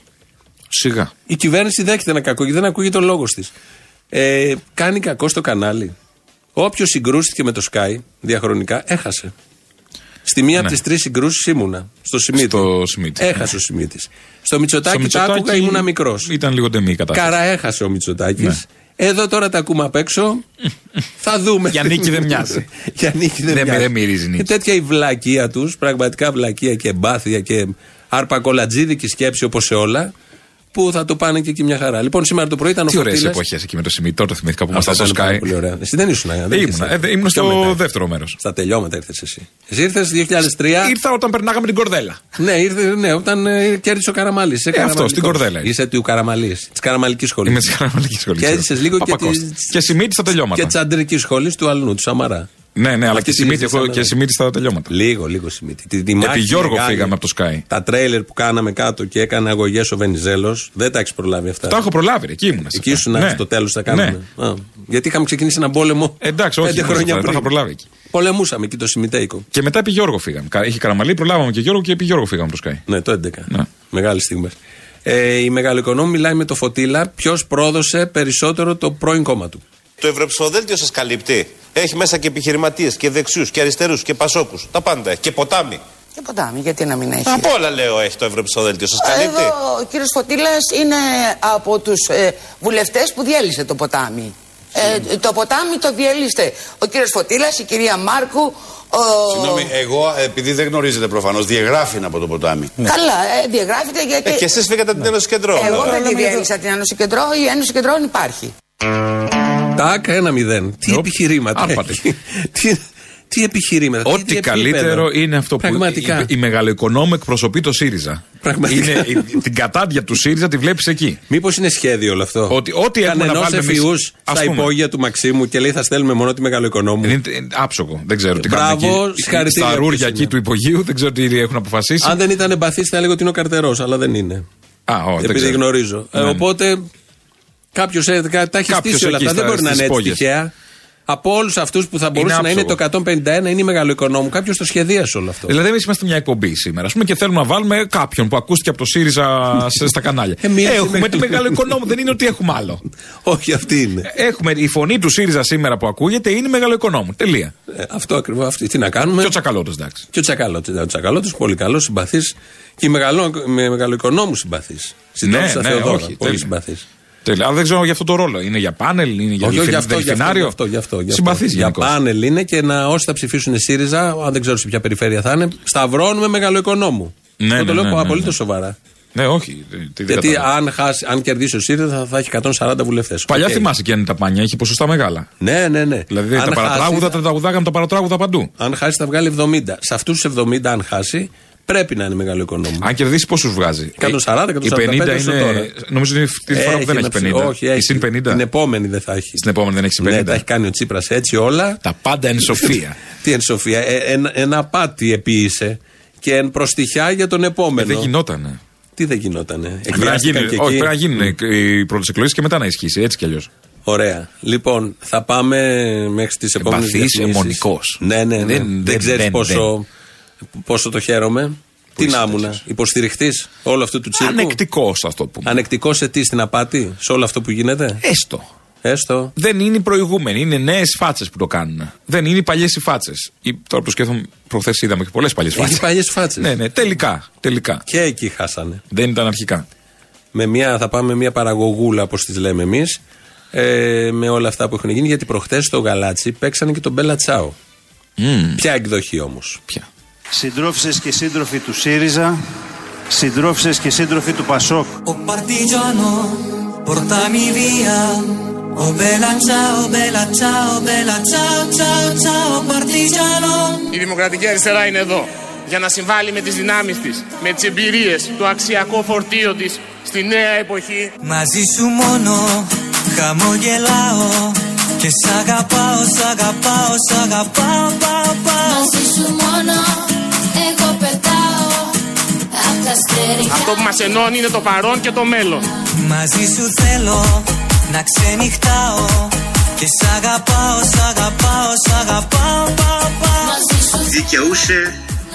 [SPEAKER 4] Σιγά.
[SPEAKER 3] Η κυβέρνηση δέχεται ένα κακό και δεν ακούγεται ο λόγο της. Ε, κάνει κακό στο κανάλι. Όποιος συγκρούστηκε με το Sky διαχρονικά έχασε. Στη μία
[SPEAKER 4] Ναι.
[SPEAKER 3] από τις τρεις συγκρούσεις ήμουνα. Στο Σιμίτη.
[SPEAKER 4] Στο Σιμίτη.
[SPEAKER 3] Έχασε ο Σιμίτης. Στο Μητσοτάκι τα
[SPEAKER 4] Μητσοτάκη
[SPEAKER 3] άκουγα, ήμουνα μικρός.
[SPEAKER 4] Ήταν λίγο ντεμή η κατάσταση.
[SPEAKER 3] Καρά έχασε ο Μητσοτάκης.
[SPEAKER 4] Ναι.
[SPEAKER 3] Εδώ τώρα τα ακούμε απ' έξω. Θα δούμε.
[SPEAKER 4] Για νίκη δεν μοιάζει.
[SPEAKER 3] *laughs* Για νίκη δεν,
[SPEAKER 4] Δεν-
[SPEAKER 3] μοιάζει.
[SPEAKER 4] δεν μυρίζει νίκη.
[SPEAKER 3] Και τέτοια η βλακεία τους, πραγματικά βλακεία και εμπάθεια και αρπακολατζίδικη σκέψη όπως σε όλα, που θα το πάνε και εκεί μια χαρά. Λοιπόν, σήμερα το πρωί ήταν
[SPEAKER 4] Τι
[SPEAKER 3] ο
[SPEAKER 4] ωραίε
[SPEAKER 3] Φωτήλας.
[SPEAKER 4] εποχές εκεί με το Σιμητό, το θυμηθήκα που
[SPEAKER 3] Αυτά
[SPEAKER 4] ήμασταν στο
[SPEAKER 3] ήταν πάρα
[SPEAKER 4] Sky.
[SPEAKER 3] πολύ ωραία. Εσύ δεν ήσουν. ε, δεν
[SPEAKER 4] Δεν
[SPEAKER 3] ήρθες.
[SPEAKER 4] ήμουν, ε, δεν- ήμουν
[SPEAKER 3] Πιο
[SPEAKER 4] στο
[SPEAKER 3] μετά.
[SPEAKER 4] δεύτερο μέρος.
[SPEAKER 3] Στα τελειώματα ήρθες εσύ. Εσύ ήρθες το 2003.
[SPEAKER 4] Ήρθα όταν περνάγαμε την κορδέλα.
[SPEAKER 3] Ναι, ήρθε, ναι, όταν ε, κέρδισε ο Καραμαλή.
[SPEAKER 4] Ε, αυτό, στην Κορδέλα είναι.
[SPEAKER 3] Είσαι του Καραμαλής, της Καραμαλικής σχολής.
[SPEAKER 4] Είμαι στη Καραμαλικής σχολής.
[SPEAKER 3] Και έζησες λίγο και,
[SPEAKER 4] Παπακώστα.
[SPEAKER 3] της-
[SPEAKER 4] Και Σιμίτη στα τελειώματα.
[SPEAKER 3] και της αντρικής σχολής του Αλνού, του Σαμαρά.
[SPEAKER 4] Ναι, ναι, αλλά
[SPEAKER 3] Αυτή
[SPEAKER 4] και
[SPEAKER 3] τη
[SPEAKER 4] Σιμίτη,
[SPEAKER 3] ζήσαμε,
[SPEAKER 4] έχω και
[SPEAKER 3] ναι.
[SPEAKER 4] Σιμίτη στα τελειώματα.
[SPEAKER 3] Λίγο, λίγο Σιμίτη. Τη, τη μάχη
[SPEAKER 4] Επί Γιώργο
[SPEAKER 3] μεγάλη,
[SPEAKER 4] φύγαμε από το Sky.
[SPEAKER 3] Τα τρέιλερ που κάναμε κάτω και έκανε αγωγές ο Βενιζέλος. Δεν τα έχεις προλάβει αυτά.
[SPEAKER 4] Τα έχω προλάβει, ρε, εκεί ήμουν.
[SPEAKER 3] Εκεί ήσουν ναι. στο τέλο τα κάναμε. Α, γιατί είχαμε ξεκινήσει έναν πόλεμο.
[SPEAKER 4] Ε, Εντάξει, όχι,
[SPEAKER 3] πέντε
[SPEAKER 4] δεν
[SPEAKER 3] χρόνια
[SPEAKER 4] τα- τα
[SPEAKER 3] πριν.
[SPEAKER 4] είχα προλάβει εκεί.
[SPEAKER 3] Πολεμούσαμε εκεί το Σιμιτέικο.
[SPEAKER 4] Και μετά επί Γιώργο φύγαμε. Κα- Είχε καραμαλή, προλάβαμε και Γιώργο και επί Γιώργο φύγαμε από το Sky.
[SPEAKER 3] Ναι, το 11. Μεγάλη στιγμή. Ε, η Μεγαλοοικονόμη μιλάει με το Φωτήλα ποιος πρόδωσε περισσότερο το πρώην κόμμα του.
[SPEAKER 14] Το ευρωψηφοδέλτιο σας καλύπτει. Έχει μέσα και επιχειρηματίες και δεξιούς και αριστερούς και πασόκους. Τα πάντα έχει. Και ποτάμι.
[SPEAKER 2] Και ποτάμι, γιατί να μην έχει.
[SPEAKER 14] Από όλα λέω έχει το ευρωψηφοδέλτιο. Σα καλύπτει.
[SPEAKER 2] Εδώ Ε, ο κύριος Φωτήλας είναι από τους ε, βουλευτές που διέλυσε το ποτάμι. Ε, το ποτάμι το διέλυσε ο κύριος Φωτήλας, η κυρία Μάρκου, ο...
[SPEAKER 13] Συγγνώμη, εγώ ε, επειδή δεν γνωρίζετε προφανώς, διαγράφει από το ποτάμι.
[SPEAKER 2] Καλά, ε, διαγράφεται γιατί...
[SPEAKER 13] Ναι. Ε, και εσείς φύγατε την Ένωση Κεντρών.
[SPEAKER 2] Εγώ
[SPEAKER 13] Ναι.
[SPEAKER 2] δεν τη διέλυσα την Ένωση Κεντρών, η Ένωση Κεντρών υπάρχει.
[SPEAKER 3] Τάκ, ένα μηδέν. Τι επιχειρήματα. έχει. τι, τι επιχειρήματα. τι-
[SPEAKER 4] Ό,τι
[SPEAKER 3] τι
[SPEAKER 4] καλύτερο
[SPEAKER 3] επίπεδο.
[SPEAKER 4] είναι αυτό που
[SPEAKER 3] Πραγματικά.
[SPEAKER 4] η, η μεγαλοοικονόμη εκπροσωπεί το ΣΥΡΙΖΑ.
[SPEAKER 3] Πραγματικά.
[SPEAKER 4] Είναι, η- την κατάντια του ΣΥΡΙΖΑ τη βλέπεις εκεί.
[SPEAKER 3] Μήπως είναι σχέδιο όλο αυτό.
[SPEAKER 4] Ότι ό,τι έχουμε να
[SPEAKER 3] Κανενός
[SPEAKER 4] βάλουμε εμείς,
[SPEAKER 3] εφηβούς
[SPEAKER 4] ας
[SPEAKER 3] στα
[SPEAKER 4] πούμε.
[SPEAKER 3] υπόγεια του Μαξίμου και λέει θα στέλνουμε μόνο τη μεγαλοοικονόμου.
[SPEAKER 4] Είναι άψογο. Δεν ξέρω τι κάνουν
[SPEAKER 3] Μπράβο,
[SPEAKER 4] εκεί.
[SPEAKER 3] συγχαρητήρια
[SPEAKER 4] Στα
[SPEAKER 3] ποιος
[SPEAKER 4] ρούχια
[SPEAKER 3] είναι.
[SPEAKER 4] εκεί του υπογείου, δεν ξέρω τι έχουν αποφασίσει.
[SPEAKER 3] Αν δεν ήταν εμπαθής, θα έλεγα ότι είναι ο καρτερός, αλλά δεν είναι.
[SPEAKER 4] Α, ω, δεν
[SPEAKER 3] Επειδή
[SPEAKER 4] ξέρω.
[SPEAKER 3] γνωρίζω. Ε,
[SPEAKER 4] Ναι, ναι.
[SPEAKER 3] οπότε κάποιος τα έχει
[SPEAKER 4] Κάποιος
[SPEAKER 3] στήσει όλα
[SPEAKER 4] εκεί
[SPEAKER 3] αυτά. Δεν
[SPEAKER 4] στα-
[SPEAKER 3] μπορεί να είναι
[SPEAKER 4] στις
[SPEAKER 3] έτσι
[SPEAKER 4] υπόγειες.
[SPEAKER 3] τυχαία. Από όλους αυτούς που θα μπορούσε να είναι το
[SPEAKER 4] άψογο.
[SPEAKER 3] 151 είναι η μεγαλοοικονόμου. Κάποιος το σχεδίασε όλο αυτό.
[SPEAKER 4] Δηλαδή, εμείς είμαστε μια εκπομπή σήμερα ας πούμε, και θέλουμε να βάλουμε κάποιον που ακούστηκε από το ΣΥΡΙΖΑ σε- στα κανάλια.
[SPEAKER 3] Ε, Εμείς
[SPEAKER 4] έχουμε
[SPEAKER 3] είμαι-
[SPEAKER 4] τη μεγάλο οικονόμο, δεν είναι ότι έχουμε
[SPEAKER 3] *laughs*
[SPEAKER 4] άλλο.
[SPEAKER 3] Όχι, αυτή είναι.
[SPEAKER 4] Έχουμε, η φωνή του ΣΥΡΙΖΑ σήμερα που ακούγεται είναι μεγάλο οικονόμο. Τελεία.
[SPEAKER 3] Ε, αυτό ακριβώς. Αυτή. Τι να κάνουμε. Και ο
[SPEAKER 4] Τσακαλώτος, εντάξει.
[SPEAKER 3] Και ο Τσακαλώτος. Ο Τσακαλώτος πολύ καλός, συμπαθής. Και η μεγαλο, με μεγαλοοικονόμου συμπαθής.
[SPEAKER 4] Ναι,
[SPEAKER 3] Συντόμου στα Θεοδόρα, Πολύ
[SPEAKER 4] τέλεια.
[SPEAKER 3] συμπαθής.
[SPEAKER 4] Τέλεια. Αλλά δεν ξέρω για αυτό το ρόλο. Είναι για πάνελ, είναι
[SPEAKER 3] Όχι,
[SPEAKER 4] για
[SPEAKER 3] όχι,
[SPEAKER 4] δελφι-
[SPEAKER 3] γι' αυτό, γι' αυτό, γι'
[SPEAKER 4] δελφινάριο.
[SPEAKER 3] αυτό, γι' αυτό, γι' αυτό.
[SPEAKER 4] Συμπαθής
[SPEAKER 3] Για
[SPEAKER 4] γενικώς.
[SPEAKER 3] πάνελ είναι και να όσοι θα ψηφίσουν ΣΥΡΙΖΑ, αν δεν ξέρω σε ποια περιφέρεια θα είναι, σταυρώνουμε μεγαλοοικονόμου.
[SPEAKER 4] Ναι,
[SPEAKER 3] Αυτό το
[SPEAKER 4] ναι,
[SPEAKER 3] λέω
[SPEAKER 4] ναι, ναι,
[SPEAKER 3] απολύτω
[SPEAKER 4] ναι.
[SPEAKER 3] σοβαρά.
[SPEAKER 4] Ναι, όχι. τι- τι δεν
[SPEAKER 3] Γιατί
[SPEAKER 4] κατάλαβα.
[SPEAKER 3] αν, χάσει, αν κερδίσει ο ΣΥΡΙΖΑ θα, θα έχει 140 βουλευτέ.
[SPEAKER 4] Παλιά θυμάσαι και αν είναι τα πάνια, έχει ποσοστά μεγάλα.
[SPEAKER 3] Ναι, ναι, ναι.
[SPEAKER 4] Δηλαδή
[SPEAKER 3] Ε. Αν
[SPEAKER 4] τα παρατράγουδα
[SPEAKER 3] χάσει-
[SPEAKER 4] τα τραγουδάγαμε τα παρατράγουδα παντού.
[SPEAKER 3] Αν χάσει θα βγάλει 70. Σε αυτούς τους 70, αν χάσει, πρέπει να είναι μεγαλοοικονόμου.
[SPEAKER 4] Αν κερδίσεις, πόσους βγάζει. Ε,
[SPEAKER 3] 140, 145
[SPEAKER 4] Η 50
[SPEAKER 3] όσο
[SPEAKER 4] είναι.
[SPEAKER 3] τώρα.
[SPEAKER 4] Νομίζω είναι αυτή τη φορά που δεν
[SPEAKER 3] να
[SPEAKER 4] έχει 50.
[SPEAKER 3] ψη- Όχι, έχει.
[SPEAKER 4] Η συν 50.
[SPEAKER 3] Την επόμενη δεν θα έχει.
[SPEAKER 4] Στην επόμενη δεν έχεις 50.
[SPEAKER 3] Ναι, τα έχει κάνει ο Τσίπρας έτσι όλα.
[SPEAKER 4] Τα πάντα εν
[SPEAKER 3] *laughs*
[SPEAKER 4] σοφία.
[SPEAKER 3] Τι εν σοφία. Ε, εν, εν απάτη επίησε και εν προστιχιά για τον επόμενο.
[SPEAKER 4] Ε, δεν γινότανε.
[SPEAKER 3] Τι δεν γινότανε.
[SPEAKER 4] Πρέπει να
[SPEAKER 3] Εκβιάστηκαν
[SPEAKER 4] γίνει-
[SPEAKER 3] και
[SPEAKER 4] όχι,
[SPEAKER 3] εκεί.
[SPEAKER 4] πρέπει να γίνουν οι πρώτες εκλογές και μετά να ισχύσει. Έτσι κι αλλιώς.
[SPEAKER 3] Ωραία. Λοιπόν, θα πάμε μέχρι τις επόμενες
[SPEAKER 4] Εμπαθής, Ε, αιμονικός.
[SPEAKER 3] Ναι, ναι, ναι.
[SPEAKER 4] Δεν-
[SPEAKER 3] Δεν,
[SPEAKER 4] δεν-
[SPEAKER 3] ξέρεις
[SPEAKER 4] δεν-
[SPEAKER 3] πόσο, πόσο το χαίρομαι. Τι να ήμουνα, υποστηριχτής όλο αυτό του τσίρκου.
[SPEAKER 4] Ανεκτικός, ας το πούμε.
[SPEAKER 3] Ανεκτικός σε τι, στην απάτη, σε όλο αυτό που γίνεται.
[SPEAKER 4] Έστω.
[SPEAKER 3] Έστω.
[SPEAKER 4] Δεν είναι οι προηγούμενοι, είναι νέες φάτσες που το κάνουν. Δεν είναι οι παλιές οι φάτσες. Τώρα που το σκέφτομαι, προχθές είδαμε και πολλές παλιές φάτσε.
[SPEAKER 3] Έχει παλιές φάτσες.
[SPEAKER 4] Ναι, ναι, τελικά. τελικά.
[SPEAKER 3] Και εκεί χάσανε.
[SPEAKER 4] Δεν ήταν αρχικά.
[SPEAKER 3] με μια, θα πάμε με μια παραγωγούλα, όπως τις λέμε εμείς, ε, με όλα αυτά που έχουν γίνει. Γιατί προχθές στο Γαλάτσι παίξανε και τον Μπέλα Τσάο. Ποια εκδοχή όμως. Ποια.
[SPEAKER 15] Συντρόφισσες και σύντροφοι του ΣΥΡΙΖΑ, συντρόφισσες και σύντροφοι του ΠΑΣΟΚ.
[SPEAKER 6] partigiano, portami via. Oh bella ciao, bella ciao, bella ciao, ciao, ciao partigiano.
[SPEAKER 16] Η Δημοκρατική Αριστερά είναι εδώ για να συμβάλλει με τις δυνάμεις της, με τις εμπειρίες, το αξιακό φορτίο της στη νέα εποχή.
[SPEAKER 6] Μαζί σου μόνο χαμογελάω και σ' αγαπάω, σ' αγαπάω, σ' αγαπάω, πάω, πάω Μαζί σου μόνο εγώ πετάω απ' τα αστέρια
[SPEAKER 16] Αυτό που μας ενώνει είναι το παρόν και το μέλλον.
[SPEAKER 6] Μαζί σου θέλω να ξενυχτάω και σ' αγαπάω, σ' αγαπάω, σ' αγαπάω, πάω, πάω Μαζί σου
[SPEAKER 17] Δικαιούσε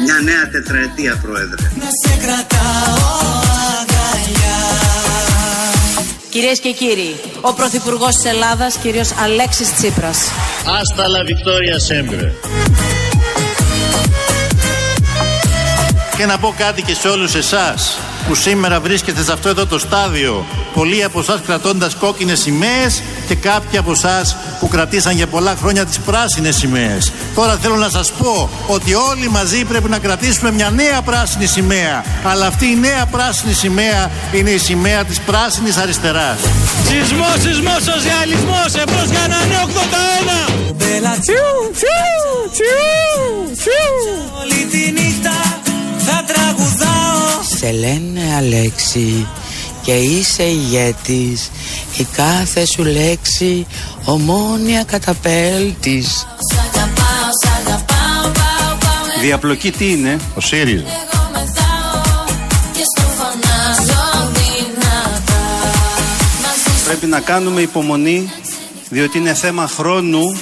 [SPEAKER 17] μια νέα τετραετία, Πρόεδρε.
[SPEAKER 6] να σε κρατάω αγκαλιά
[SPEAKER 18] Κυρίες και κύριοι, ο Πρωθυπουργός της Ελλάδας, κύριος Αλέξης Τσίπρας.
[SPEAKER 17] Άστα λα Βικτόρια Σέμπρε.
[SPEAKER 10] Και να πω κάτι και σε όλους εσάς που σήμερα βρίσκεστε σε αυτό εδώ το στάδιο. Πολλοί από εσάς κρατώντας κόκκινες σημαίες και κάποιοι από εσάς που κρατήσαν για πολλά χρόνια τις πράσινες σημαίες. Τώρα θέλω να σας πω ότι όλοι μαζί πρέπει να κρατήσουμε μια νέα πράσινη σημαία. Αλλά αυτή η νέα πράσινη σημαία είναι η σημαία της πράσινης αριστεράς.
[SPEAKER 6] Σεισμός, σεισμός, σοσιαλισμός, εμπρός για να είναι 81. Τσιου, τσιου, τσιου, τσιου. Όλη τη νύχτα θα τραγουδάω.
[SPEAKER 2] Σε λένε Αλέξη και είσαι ηγέτης Η κάθε σου λέξη ομόνια καταπέλτης
[SPEAKER 6] Σ' αγαπάω, σ' αγαπάω, πάω, πάω.
[SPEAKER 15] Διαπλοκή τι είναι. Ο ΣΥΡΙΖΑ.
[SPEAKER 6] Εγώ μεθάω και στο φωνάζω δυνατά. Μαζί σου
[SPEAKER 15] Πρέπει να κάνουμε υπομονή, διότι είναι θέμα χρόνου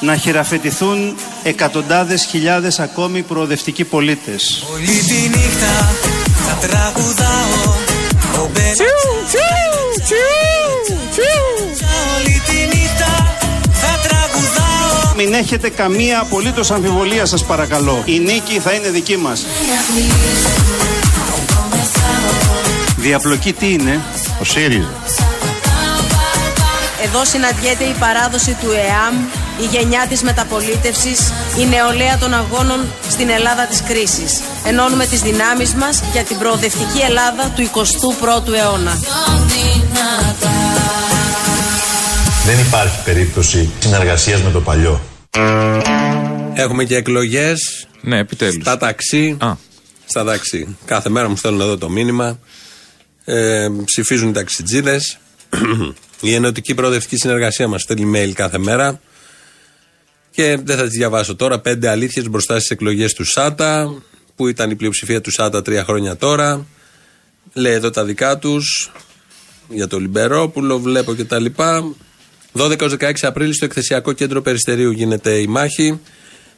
[SPEAKER 15] να χειραφετηθούν εκατοντάδες χιλιάδες ακόμη προοδευτικοί πολίτες.
[SPEAKER 6] Όλη τη νύχτα θα τραγουδάω Ο Μπέλα Όλη τη νύχτα θα τραγουδάω
[SPEAKER 15] Μην έχετε καμία απολύτως αμφιβολία σας παρακαλώ. Η νίκη θα είναι δική μας. Διαπλοκή τι είναι. Ο ΣΥΡΙΖΑ.
[SPEAKER 18] Εδώ συναντιέται η παράδοση του ΕΑΜ, η γενιά της μεταπολίτευσης, η νεολαία των αγώνων στην Ελλάδα της κρίσης. Ενώνουμε τις δυνάμεις μας για την προοδευτική Ελλάδα του 21ου αιώνα.
[SPEAKER 19] Δεν υπάρχει περίπτωση συνεργασίας με το παλιό.
[SPEAKER 3] Έχουμε και εκλογές.
[SPEAKER 4] Ναι, επιτέλους.
[SPEAKER 3] Στα ταξί. Στα ταξί. Κάθε μέρα μου στέλνουν εδώ το μήνυμα. Ε, ψηφίζουν οι ταξιτζίδες. *clears throat* Η ενωτική προοδευτική συνεργασία μας στέλνει mail κάθε μέρα. Και δεν θα τις διαβάσω τώρα. Πέντε αλήθειες μπροστά στις εκλογές του ΣΑΤΑ, που ήταν η πλειοψηφία του ΣΑΤΑ τρία χρόνια τώρα. Λέει εδώ τα δικά τους για το Λιμπερόπουλο, βλέπω και τα λοιπά. 12-16 Απρίλη στο εκθεσιακό κέντρο Περιστερίου γίνεται η μάχη.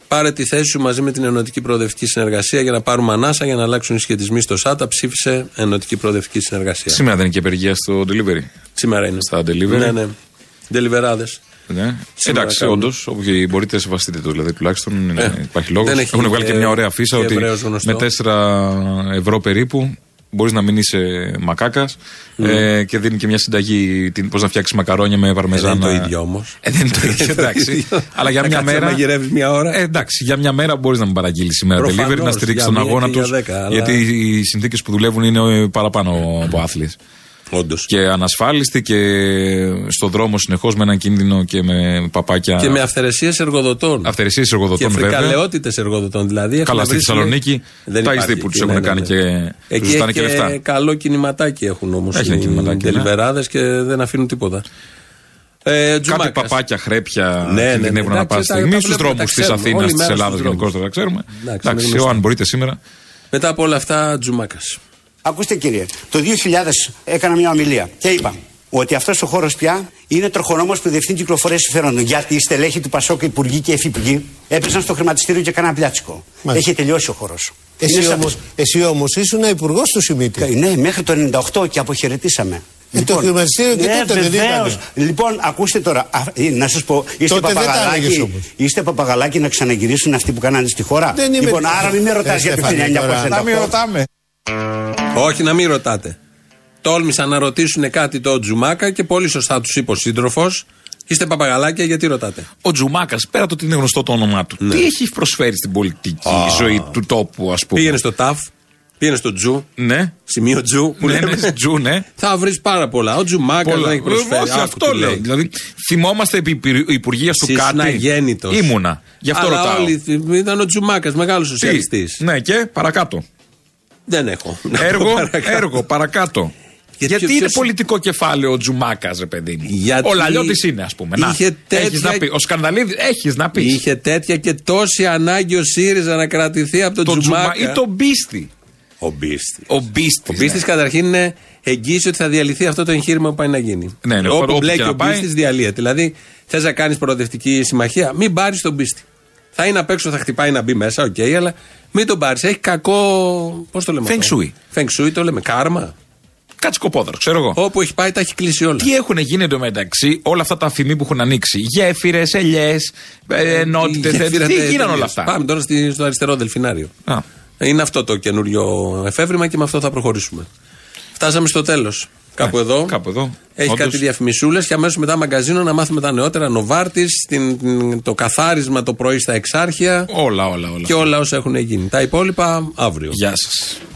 [SPEAKER 3] Πάρε τη θέση σου μαζί με την Ενωτική Προοδευτική Συνεργασία για να πάρουμε ανάσα για να αλλάξουν οι σχετισμοί στο ΣΑΤΑ. Ψήφισε Ενωτική Προοδευτική Συνεργασία.
[SPEAKER 4] Σήμερα δεν είναι και απεργία στο delivery.
[SPEAKER 3] Σήμερα είναι.
[SPEAKER 4] Στα delivery.
[SPEAKER 3] Ναι, ναι. Ντελιβεράδες.
[SPEAKER 4] Ναι.
[SPEAKER 3] Σήμερα
[SPEAKER 4] Εντάξει,
[SPEAKER 3] κάνουμε.
[SPEAKER 4] όντως, όποιοι μπορείτε, σεβαστείτε το. Δηλαδή, τουλάχιστον ναι,
[SPEAKER 3] Ε,
[SPEAKER 4] υπάρχει λόγος.
[SPEAKER 3] δεν έχει
[SPEAKER 4] Έχουν βγάλει και
[SPEAKER 3] ε,
[SPEAKER 4] μια ωραία φίσα
[SPEAKER 3] και
[SPEAKER 4] ότι
[SPEAKER 3] Εβραίος γνωστό.
[SPEAKER 4] με 4 ευρώ περίπου μπορείς να μην είσαι μακάκας ε, και δίνει και μια συνταγή πώς να φτιάξεις μακαρόνια με παρμεζάνα.
[SPEAKER 3] Ναι. Ε, δεν είναι το ίδιο όμως.
[SPEAKER 4] Ε, δεν είναι
[SPEAKER 3] *laughs*
[SPEAKER 4] το ίδιο, εντάξει. Αλλά για
[SPEAKER 3] Να
[SPEAKER 4] μια
[SPEAKER 3] κάτσεις να
[SPEAKER 4] μέρα.
[SPEAKER 3] μαγειρεύεις μια ώρα.
[SPEAKER 4] Ε, εντάξει, για μια μέρα μπορείς να μην παραγγείλεις σήμερα
[SPEAKER 3] Προφανώς,
[SPEAKER 4] delivery, να στηρίξει
[SPEAKER 3] για
[SPEAKER 4] τον
[SPEAKER 3] μία
[SPEAKER 4] αγώνα
[SPEAKER 3] και
[SPEAKER 4] τους.
[SPEAKER 3] για δέκα, αλλά-
[SPEAKER 4] Γιατί οι συνθήκες που δουλεύουν είναι ε, παραπάνω από άθλιες.
[SPEAKER 3] Όντως.
[SPEAKER 4] Και ανασφάλιστοι και στο δρόμο συνεχώς με έναν κίνδυνο και με παπάκια.
[SPEAKER 3] Και με αυθαιρεσίες εργοδοτών.
[SPEAKER 4] Αυθαιρεσίες
[SPEAKER 3] Και
[SPEAKER 4] εργοδοτών βέβαια.
[SPEAKER 3] φρικαλαιότητες εργοδοτών. Δηλαδή, έχουν
[SPEAKER 4] Καλά, στη
[SPEAKER 3] βρει-
[SPEAKER 4] Θεσσαλονίκη
[SPEAKER 3] Δεν
[SPEAKER 4] τα
[SPEAKER 3] υπάρχει
[SPEAKER 4] εισδή που
[SPEAKER 3] εκεί,
[SPEAKER 4] του έχουν
[SPEAKER 3] ναι, ναι,
[SPEAKER 4] κάνει
[SPEAKER 3] ναι.
[SPEAKER 4] και
[SPEAKER 3] Εκεί
[SPEAKER 4] τους ζητάνε
[SPEAKER 3] έχει
[SPEAKER 4] και λεφτά.
[SPEAKER 3] Καλό κινηματάκι έχουν όμως.
[SPEAKER 4] Έχει ένα κινηματάκι, ναι.
[SPEAKER 3] Τελιβεράδε και δεν αφήνουν τίποτα. Ε,
[SPEAKER 4] Κάτι
[SPEAKER 3] Τζουμάκας.
[SPEAKER 4] παπάκια, χρέπια
[SPEAKER 3] Ναι, ναι,
[SPEAKER 4] κινδυνεύουν
[SPEAKER 3] ναι,
[SPEAKER 4] να
[SPEAKER 3] εντάξει,
[SPEAKER 4] πάνε
[SPEAKER 3] τα-
[SPEAKER 4] στη στιγμή
[SPEAKER 3] τα
[SPEAKER 4] στους
[SPEAKER 3] βλέπουμε,
[SPEAKER 4] δρόμου
[SPEAKER 3] τα
[SPEAKER 4] της
[SPEAKER 3] ξέρουμε.
[SPEAKER 4] Ελλάδα,
[SPEAKER 3] Όλη
[SPEAKER 4] τη
[SPEAKER 3] μέρα
[SPEAKER 4] Ελλάδας
[SPEAKER 3] στους
[SPEAKER 4] γενικώ
[SPEAKER 3] δρόμους.
[SPEAKER 4] τώρα ξέρουμε.
[SPEAKER 3] είναι
[SPEAKER 4] Εντάξει,
[SPEAKER 3] γνωστό.
[SPEAKER 4] αν μπορείτε σήμερα.
[SPEAKER 3] Μετά από όλα αυτά, Τζουμάκας.
[SPEAKER 20] Ακούστε κύριε, το 2000 έκανα μια ομιλία και είπα ότι αυτός ο χώρος πια είναι τροχονόμος του Διευθύνου Κυκλοφορίας Συμφερόντων. Γιατί οι στελέχοι του Πασόκ, υπουργοί και υφυπουργοί έπεσαν στο χρηματιστήριο και κάναν πλάτσικο.
[SPEAKER 21] Μάλιστα.
[SPEAKER 20] Έχει τελειώσει ο χώρος.
[SPEAKER 21] Εσύ όμω εσύ όμως ήσουν υπουργός του Σιμίτη.
[SPEAKER 20] Ναι, μέχρι το 98 και αποχαιρετήσαμε. Λοιπόν, ναι,
[SPEAKER 21] Ε, το χρηματιστήριο και τότε δεν
[SPEAKER 20] βεβαίως.
[SPEAKER 21] ήταν.
[SPEAKER 20] Λοιπόν, ακούστε τώρα, α, ε, να σας πω, είστε
[SPEAKER 21] Τότε δεν τα έλεγες
[SPEAKER 20] παπαγαλάκι,
[SPEAKER 21] όμως.
[SPEAKER 20] είστε παπαγαλάκι να ξαναγυρίσουν αυτοί που κάνανε στη χώρα.
[SPEAKER 21] Δεν είμαι
[SPEAKER 20] λοιπόν,
[SPEAKER 21] τέτοιος.
[SPEAKER 20] άρα μην με
[SPEAKER 21] Ε,
[SPEAKER 20] ρωτά για το
[SPEAKER 21] Στέφανε, τώρα.
[SPEAKER 20] 1998.
[SPEAKER 21] Να μην ρωτάμε.
[SPEAKER 3] Όχι, να μην ρωτάτε. Τόλμησαν να ρωτήσουν κάτι το Τζουμάκα και πολύ σωστά τους είπε ο σύντροφος. Είστε παπαγαλάκια, γιατί ρωτάτε.
[SPEAKER 4] Ο Τζουμάκας, πέρα το ότι είναι γνωστό το όνομά του,
[SPEAKER 3] Ναι.
[SPEAKER 4] τι έχει προσφέρει στην πολιτική ζωή του τόπου, ας πούμε.
[SPEAKER 3] Πήγαινε στο ΤΑΦ, πήγαινε στο Τζου.
[SPEAKER 4] Ναι.
[SPEAKER 3] Σημείο Τζου. Που
[SPEAKER 4] Ναι,
[SPEAKER 3] λέμε.
[SPEAKER 4] ναι, Τζου, ναι.
[SPEAKER 3] Θα βρεις πάρα πολλά. Ο Τζουμάκα
[SPEAKER 4] Πολλά.
[SPEAKER 3] δεν έχει προσφέρει.
[SPEAKER 4] Ε, Όχι,
[SPEAKER 3] Άκου
[SPEAKER 4] αυτό
[SPEAKER 3] τι
[SPEAKER 4] λέω.
[SPEAKER 3] λέει.
[SPEAKER 4] Δηλαδή, θυμόμαστε επί Υπουργεία του
[SPEAKER 3] Εσύ
[SPEAKER 4] κάτι.
[SPEAKER 3] ήσουν αγέννητος.
[SPEAKER 4] Ήμουνα. Γι' αυτό
[SPEAKER 3] Αλλά
[SPEAKER 4] ρωτάω.
[SPEAKER 3] όλοι θυ- ήταν ο Τζουμάκας, μεγάλος σοσιαλιστής.
[SPEAKER 4] Ναι, και παρακάτω.
[SPEAKER 3] Δεν έχω. να πω
[SPEAKER 4] Έργο,
[SPEAKER 3] παρακάτω.
[SPEAKER 4] έργο, παρακάτω.
[SPEAKER 3] Γιατί
[SPEAKER 4] Γιατί,
[SPEAKER 3] ποιος-
[SPEAKER 4] είναι
[SPEAKER 3] ποιος-
[SPEAKER 4] πολιτικό κεφάλαιο ο Τζουμάκας, ρε παιδί μου.
[SPEAKER 3] Γιατί
[SPEAKER 4] Ο Λαλιώτης είναι, ας πούμε. Να,
[SPEAKER 3] είχε τέτοια-
[SPEAKER 4] έχεις να πει. Ο Σκανδαλίδη έχεις να πεις.
[SPEAKER 3] Είχε τέτοια και τόση ανάγκη ο ΣΥΡΙΖΑ να κρατηθεί από τον
[SPEAKER 4] Το
[SPEAKER 3] Τζουμάκα.
[SPEAKER 4] Τζουμά- ή τον Μπίστη.
[SPEAKER 3] Ο Μπίστη.
[SPEAKER 4] Ο Μπίστη.
[SPEAKER 3] Ο ναι. Μπίστη καταρχήν είναι εγγύηση ότι θα διαλυθεί αυτό το εγχείρημα που πάει να γίνει.
[SPEAKER 4] Ναι, ναι,
[SPEAKER 3] όπου
[SPEAKER 4] όπου
[SPEAKER 3] μπλέκει
[SPEAKER 4] και να
[SPEAKER 3] ο
[SPEAKER 4] πάει.
[SPEAKER 3] Μπίστης, διαλύεται. Δηλαδή, θες να κάνεις προοδευτική συμμαχία, μην πάρεις τον Μπίστη. Θα είναι απ' έξω, θα χτυπάει να μπει μέσα, οκ, αλλά μην τον πάρεις. Έχει κακό. Πώς το λέμε.
[SPEAKER 4] Feng
[SPEAKER 3] αυτό?
[SPEAKER 4] shui.
[SPEAKER 3] Feng shui το λέμε. Κάρμα.
[SPEAKER 4] Κάτσε κοπόδρο, ξέρω εγώ.
[SPEAKER 3] Όπου έχει πάει τα έχει κλείσει όλα.
[SPEAKER 4] Τι έχουν γίνει εντωμεταξύ όλα αυτά τα αφημί που έχουν ανοίξει. Γέφυρες, ελιές, ενότητε.
[SPEAKER 3] Γέφυρα
[SPEAKER 4] ε, Τι
[SPEAKER 3] τε-
[SPEAKER 4] γίνανε όλα
[SPEAKER 3] τελείως.
[SPEAKER 4] αυτά.
[SPEAKER 3] Πάμε τώρα στη- στο αριστερό δελφινάριο.
[SPEAKER 4] Α.
[SPEAKER 3] Είναι αυτό το καινούριο εφεύρημα και με αυτό θα προχωρήσουμε. Φτάσαμε στο τέλος. Κάπου, εδώ. κάπου εδώ. Έχει
[SPEAKER 4] Όντως.
[SPEAKER 3] κάτι διαφημισούλες και αμέσως μετά μαγκαζίνο να μάθουμε τα νεότερα. Νοβάρτης, το καθάρισμα το πρωί στα εξάρχεια.
[SPEAKER 4] Όλα, όλα, όλα.
[SPEAKER 3] Και όλα όσα έχουν γίνει. Τα υπόλοιπα αύριο.
[SPEAKER 4] Γεια σας.